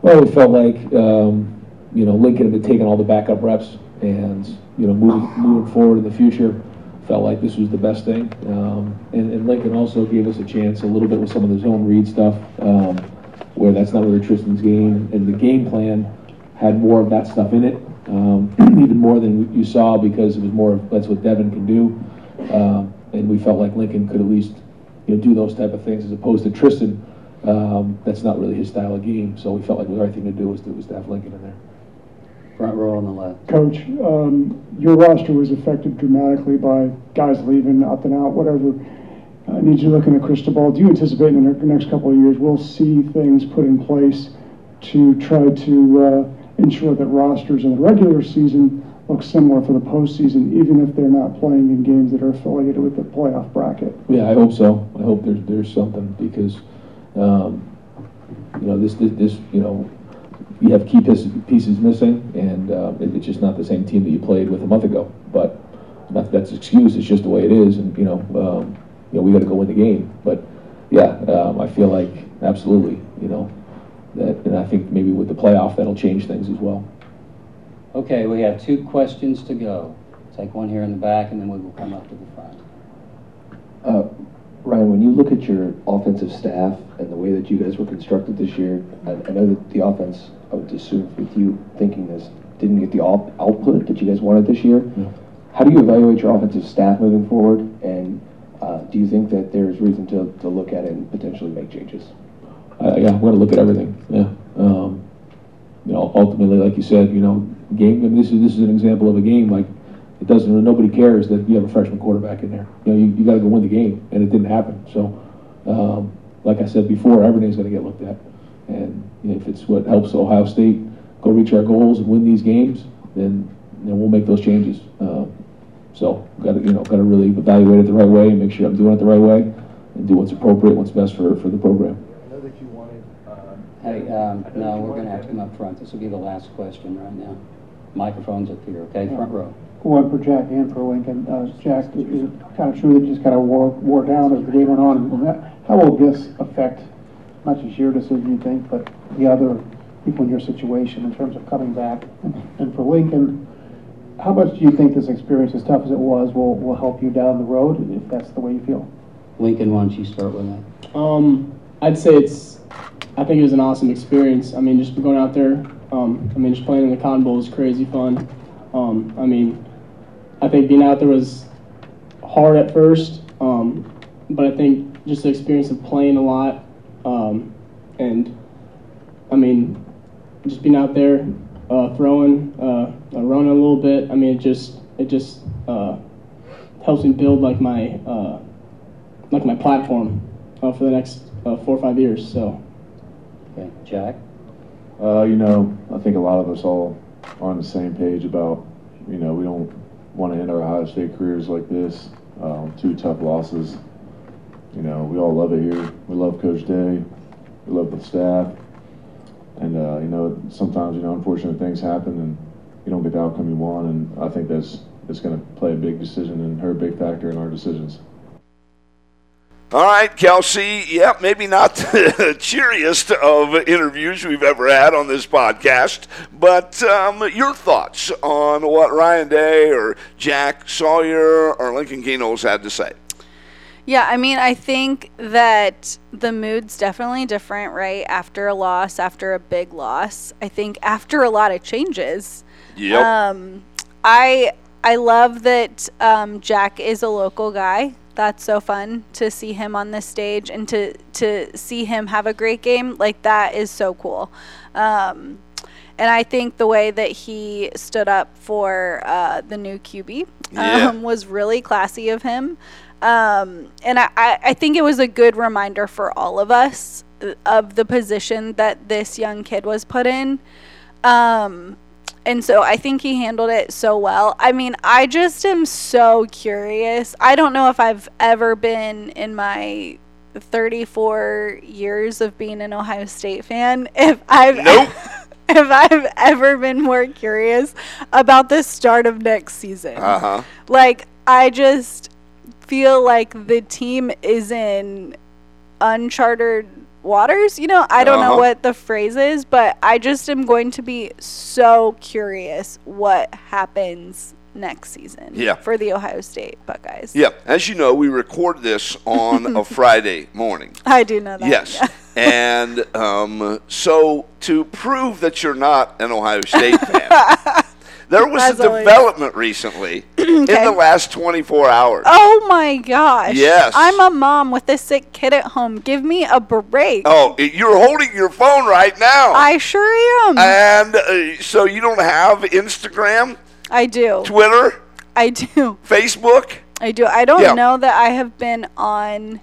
Speaker 4: Well, we felt like, um, you know, Lincoln had been taking all the backup reps and, you know, moving, moving forward in the future, felt like this was the best thing. Um, and, and Lincoln also gave us a chance a little bit with some of the zone read stuff, um, where that's not really Tristan's game. And the game plan had more of that stuff in it, um, even more than you saw because it was more of that's what Devin can do. Um, and we felt like Lincoln could at least you know, do those type of things as opposed to Tristan. Um, that's not really his style of game. So we felt like the right thing to do was to, was to have Lincoln in there.
Speaker 5: Front row on the left.
Speaker 17: Coach, um, your roster was affected dramatically by guys leaving, up and out, whatever. Uh, I need you to look in the crystal ball. Do you anticipate in the ne- next couple of years we'll see things put in place to try to uh, ensure that rosters in the regular season look similar for the postseason, even if they're not playing in games that are affiliated with the playoff bracket?
Speaker 4: Yeah, I hope so. I hope there's, there's something because, um, you know, this, this, this, you know, you have key pieces, pieces missing and, uh, it, it's just not the same team that you played with a month ago. But not, that's excuse. It's just the way it is. And, you know, um, you know, we got to go win the game. But yeah, um, I feel like absolutely, you know, that, and I think maybe with the playoff, that'll change things as well.
Speaker 5: Okay, we have two questions to go. Take one here in the back, and then we will come up to the front.
Speaker 9: Uh, Ryan, when you look at your offensive staff and the way that you guys were constructed this year, I, I know that the offense, I would assume with you thinking this, didn't get the op- output that you guys wanted this year. How do you evaluate your offensive staff moving forward, and uh, do you think that there's reason to, to look at it and potentially make changes?
Speaker 4: Uh, yeah, we're gonna look at everything. Yeah. Um, you know, ultimately, like you said, you know, game. I mean, this is this is an example of a game. Like, it doesn't. Nobody cares that you have a freshman quarterback in there. You know, you, you got to go win the game, and it didn't happen. So, um, like I said before, everything's gonna get looked at. And you know, if it's what helps Ohio State go reach our goals and win these games, then then we'll make those changes. Um, so, got to you know, got to really evaluate it the right way and make sure I'm doing it the right way, and do what's appropriate, what's best for for the program.
Speaker 5: Hey, um, no, we're going to have to come up front. This will be the last question right now. Microphone's up here, okay? Front row.
Speaker 3: One for Jack and for Lincoln. Uh, Jack, it is kind of true that just kind of wore, wore down as the game went on. And that- How will this affect, not just your decision, you think, but the other people in your situation in terms of coming back? And for Lincoln, how much do you think this experience, as tough as it was, will, will help you down the road, if that's the way you feel?
Speaker 5: Lincoln, why don't you start with that?
Speaker 11: Um, I'd say it's. I think it was an awesome experience. I mean, just going out there. Um, I mean, just playing in the Cotton Bowl was crazy fun. Um, I mean, I think being out there was hard at first, um, but I think just the experience of playing a lot, um, and I mean, just being out there, uh, throwing, uh, uh, running a little bit. I mean, it just it just uh, helps me build like my uh, like my platform uh, for the next uh, four or five years. So,
Speaker 5: okay, Jack.
Speaker 14: Uh, you know, I think a lot of us all are on the same page about, you know, we don't want to end our Ohio State careers like this. Um, two tough losses. You know, we all love it here. We love Coach Day. We love the staff. And, uh, you know, sometimes, you know, unfortunate things happen and you don't get the outcome you want. And I think that's, that's going to play a big decision and her big factor in our decisions.
Speaker 1: All right, Kelsey. Yeah, maybe not the cheeriest of interviews we've ever had on this podcast, but um, your thoughts on what Ryan Day or Jack Sawyer or Lincoln Keynoles had to say.
Speaker 2: Yeah, I mean, I think that the mood's definitely different, right? After a loss, after a big loss. I think after a lot of changes.
Speaker 1: Yep.
Speaker 2: Um, I I love that um, Jack is a local guy. That's so fun to see him on this stage and to to see him have a great game. Like that is so cool. Um, and I think the way that he stood up for uh, the new QB
Speaker 1: Yeah.
Speaker 2: um, was really classy of him. Um, and I, I I think it was a good reminder for all of us uh, of the position that this young kid was put in. Um, and so I think he handled it so well. I mean, I just am so curious. I don't know if I've ever been in my 34 years of being an Ohio State fan if I've e- if I've ever been more curious about the start of next season.
Speaker 1: Uh huh.
Speaker 2: Like I just feel like the team is in uncharted waters. You know, I don't know
Speaker 1: Uh-huh.
Speaker 2: what the phrase is, but I just am going to be so curious what happens next season
Speaker 1: Yeah.
Speaker 2: for the Ohio State Buckeyes.
Speaker 1: Yeah, as you know, we record this on a Friday morning.
Speaker 2: I do know that.
Speaker 1: Yes. and um, so to prove that you're not an Ohio State fan, there was
Speaker 2: As
Speaker 1: a
Speaker 2: always.
Speaker 1: development recently in
Speaker 2: Okay.
Speaker 1: the last 24 hours.
Speaker 2: Oh my gosh.
Speaker 1: Yes.
Speaker 2: I'm a mom with a sick kid at home. Give me a break.
Speaker 1: Oh, i- you're holding your phone right now.
Speaker 2: I sure am.
Speaker 1: And uh, so you don't have Instagram,
Speaker 2: I do.
Speaker 1: Twitter,
Speaker 2: I do.
Speaker 1: Facebook?
Speaker 2: I do. I don't
Speaker 1: Oh. Yeah.
Speaker 2: know that I have been on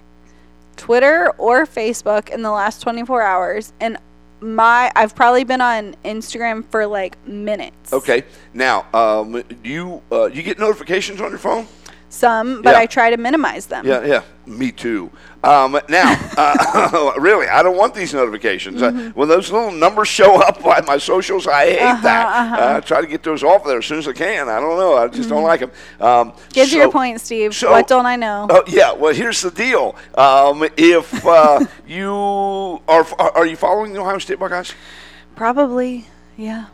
Speaker 2: Twitter or Facebook in the last 24 hours and my I've probably been on Instagram for like minutes.
Speaker 1: Okay. Now, um, do you uh, you get notifications on your phone?
Speaker 2: Some, but
Speaker 1: Yeah.
Speaker 2: I try to minimize them.
Speaker 1: Yeah, yeah. Me too. Um, now, uh, really, I don't want these notifications. Uh
Speaker 2: Mhm.
Speaker 1: when those little numbers show up on my socials, I hate
Speaker 2: Uh-huh,
Speaker 1: that.
Speaker 2: uh-huh.
Speaker 1: Uh, I try to get those off there as soon as I can. I don't know. I just don't
Speaker 2: Mhm.
Speaker 1: like them. Um,
Speaker 2: Get to your
Speaker 1: so-
Speaker 2: point, Steve.
Speaker 1: so-
Speaker 2: what don't I know?
Speaker 1: Oh yeah. Well, here's the deal. Um, if uh, you are, are you following the Ohio State Buckeyes?
Speaker 2: Probably. Yeah.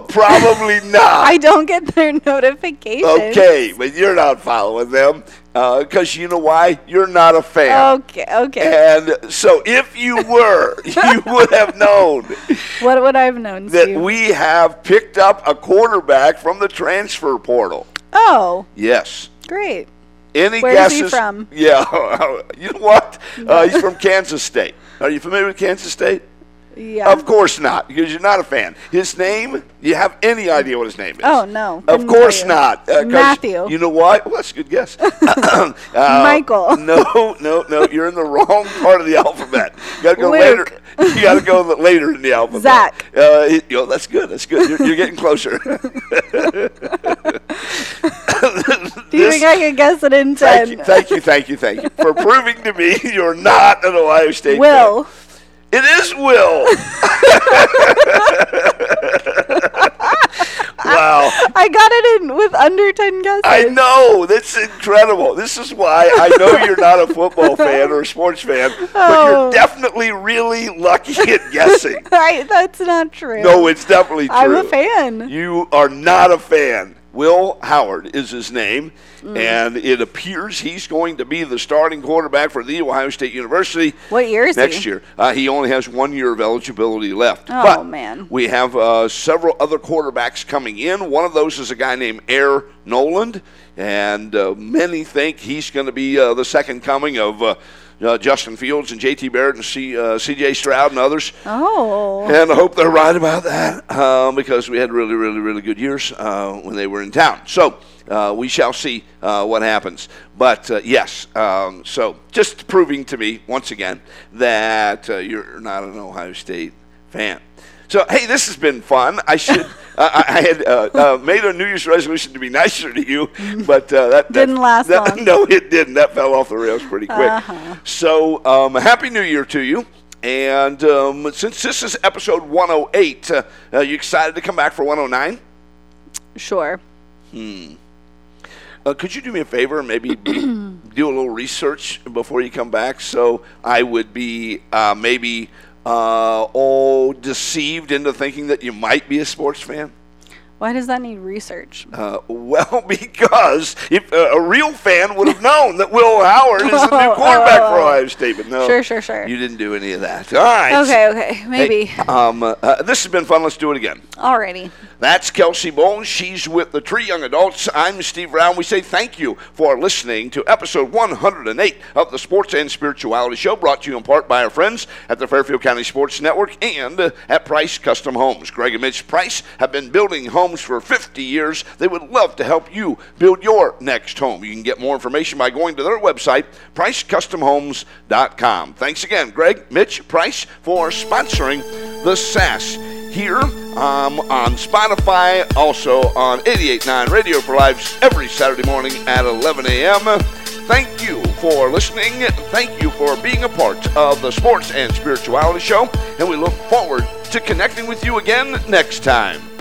Speaker 1: probably not.
Speaker 2: I don't get their notifications.
Speaker 1: Okay, but you're not following them because you know why? You're not a fan.
Speaker 2: Okay, okay.
Speaker 1: And so if you were, you would have known
Speaker 2: what would I have known?
Speaker 1: that
Speaker 2: Steve?
Speaker 1: we have picked up a quarterback from the transfer portal.
Speaker 2: Oh,
Speaker 1: Yes.
Speaker 2: great.
Speaker 1: Any
Speaker 2: Where is
Speaker 1: guesses?
Speaker 2: he from?
Speaker 1: Yeah. you know what? Uh, he's from Kansas State. Are you familiar with Kansas State?
Speaker 2: Yeah.
Speaker 1: Of course not, because you're not a fan. His name? You have any idea what his name is?
Speaker 2: Oh no.
Speaker 1: Of
Speaker 2: couldn't
Speaker 1: course
Speaker 2: tell you.
Speaker 1: not. Uh, 'cause
Speaker 2: Matthew.
Speaker 1: You know why? Well, that's a good guess. Uh,
Speaker 2: Michael.
Speaker 1: No, no, no. You're in the wrong part of the alphabet. You gotta go
Speaker 2: Luke.
Speaker 1: later. You gotta go the- later in the alphabet.
Speaker 2: Zach.
Speaker 1: Uh, it- yo, that's good. That's good. You're, you're getting closer.
Speaker 2: Do you
Speaker 1: This-
Speaker 2: think I could guess it in ten?
Speaker 1: thank you, thank you, thank you, thank you for proving to me you're not an Ohio State. fan.
Speaker 2: Will.
Speaker 1: It is Will. wow.
Speaker 2: I got it in with under ten guesses.
Speaker 1: Oh. I know. That's incredible. This is why I know you're not a football fan or a sports fan, but
Speaker 2: Oh.
Speaker 1: you're definitely really lucky at guessing.
Speaker 2: right? That's not true.
Speaker 1: No, it's definitely true.
Speaker 2: I'm a fan.
Speaker 1: You are not a fan. Will Howard is his name, Mm.
Speaker 2: Mm.
Speaker 1: and it appears he's going to be the starting quarterback for the Ohio State University
Speaker 2: What year is
Speaker 1: next
Speaker 2: he?
Speaker 1: year. Uh, he only has one year of eligibility left.
Speaker 2: Oh,
Speaker 1: but
Speaker 2: man.
Speaker 1: we have uh, several other quarterbacks coming in. One of those is a guy named Air Noland, and uh, many think he's going to be uh, the second coming of uh, uh, Justin Fields and J.T. Barrett and C, uh, C.J. Stroud and others.
Speaker 2: Oh.
Speaker 1: And I hope they're right about that um, because we had really, really, really good years uh, when they were in town. So uh, we shall see uh, what happens. But uh, yes, um, so just proving to me once again that uh, you're not an Ohio State fan. So hey, this has been fun. I should. I I had uh, uh, made a New Year's resolution to be nicer to you, but uh, that, that
Speaker 2: Didn't last
Speaker 1: that-
Speaker 2: long.
Speaker 1: No, it didn't. That fell off the rails pretty quick.
Speaker 2: Uh-huh.
Speaker 1: So, um, happy New Year to you. And um, since this is episode 108, uh, are you excited to come back for 109?
Speaker 2: Sure.
Speaker 1: Hmm. Uh, could you do me a favor and maybe be, do a little research before you come back. So I would be uh, maybe uh, all deceived into thinking that you might be a sports fan.
Speaker 2: Why does that need research?
Speaker 1: Uh, well, because if uh, a real fan would have known that Will Howard is the new
Speaker 2: Oh,
Speaker 1: quarterback
Speaker 2: oh,
Speaker 1: for
Speaker 2: oh.
Speaker 1: Ohio State, but no,
Speaker 2: Sure, sure, sure.
Speaker 1: you didn't do any of that. All right,
Speaker 2: Okay, okay, maybe.
Speaker 1: Hey, um, uh, this has been fun. Let's do it again.
Speaker 2: Alrighty.
Speaker 1: That's Kelsey Bones. She's with the Tree Young Adults. I'm Steve Brown. We say thank you for listening to episode 108 of the Sports and Spirituality Show, brought to you in part by our friends at the Fairfield County Sports Network and uh, at Price Custom Homes. Greg and Mitch Price have been building homes for 50 years. They would love to help you build your next home. You can get more information by going to their website, pricecustomhomes.com. Thanks again, Greg, Mitch, Price, for sponsoring the SAS here um, on Spotify, also on 88.9 Radio for Lives every Saturday morning at 11 a.m. Thank you for listening. Thank you for being a part of the Sports and Spirituality Show, and we look forward to connecting with you again next time.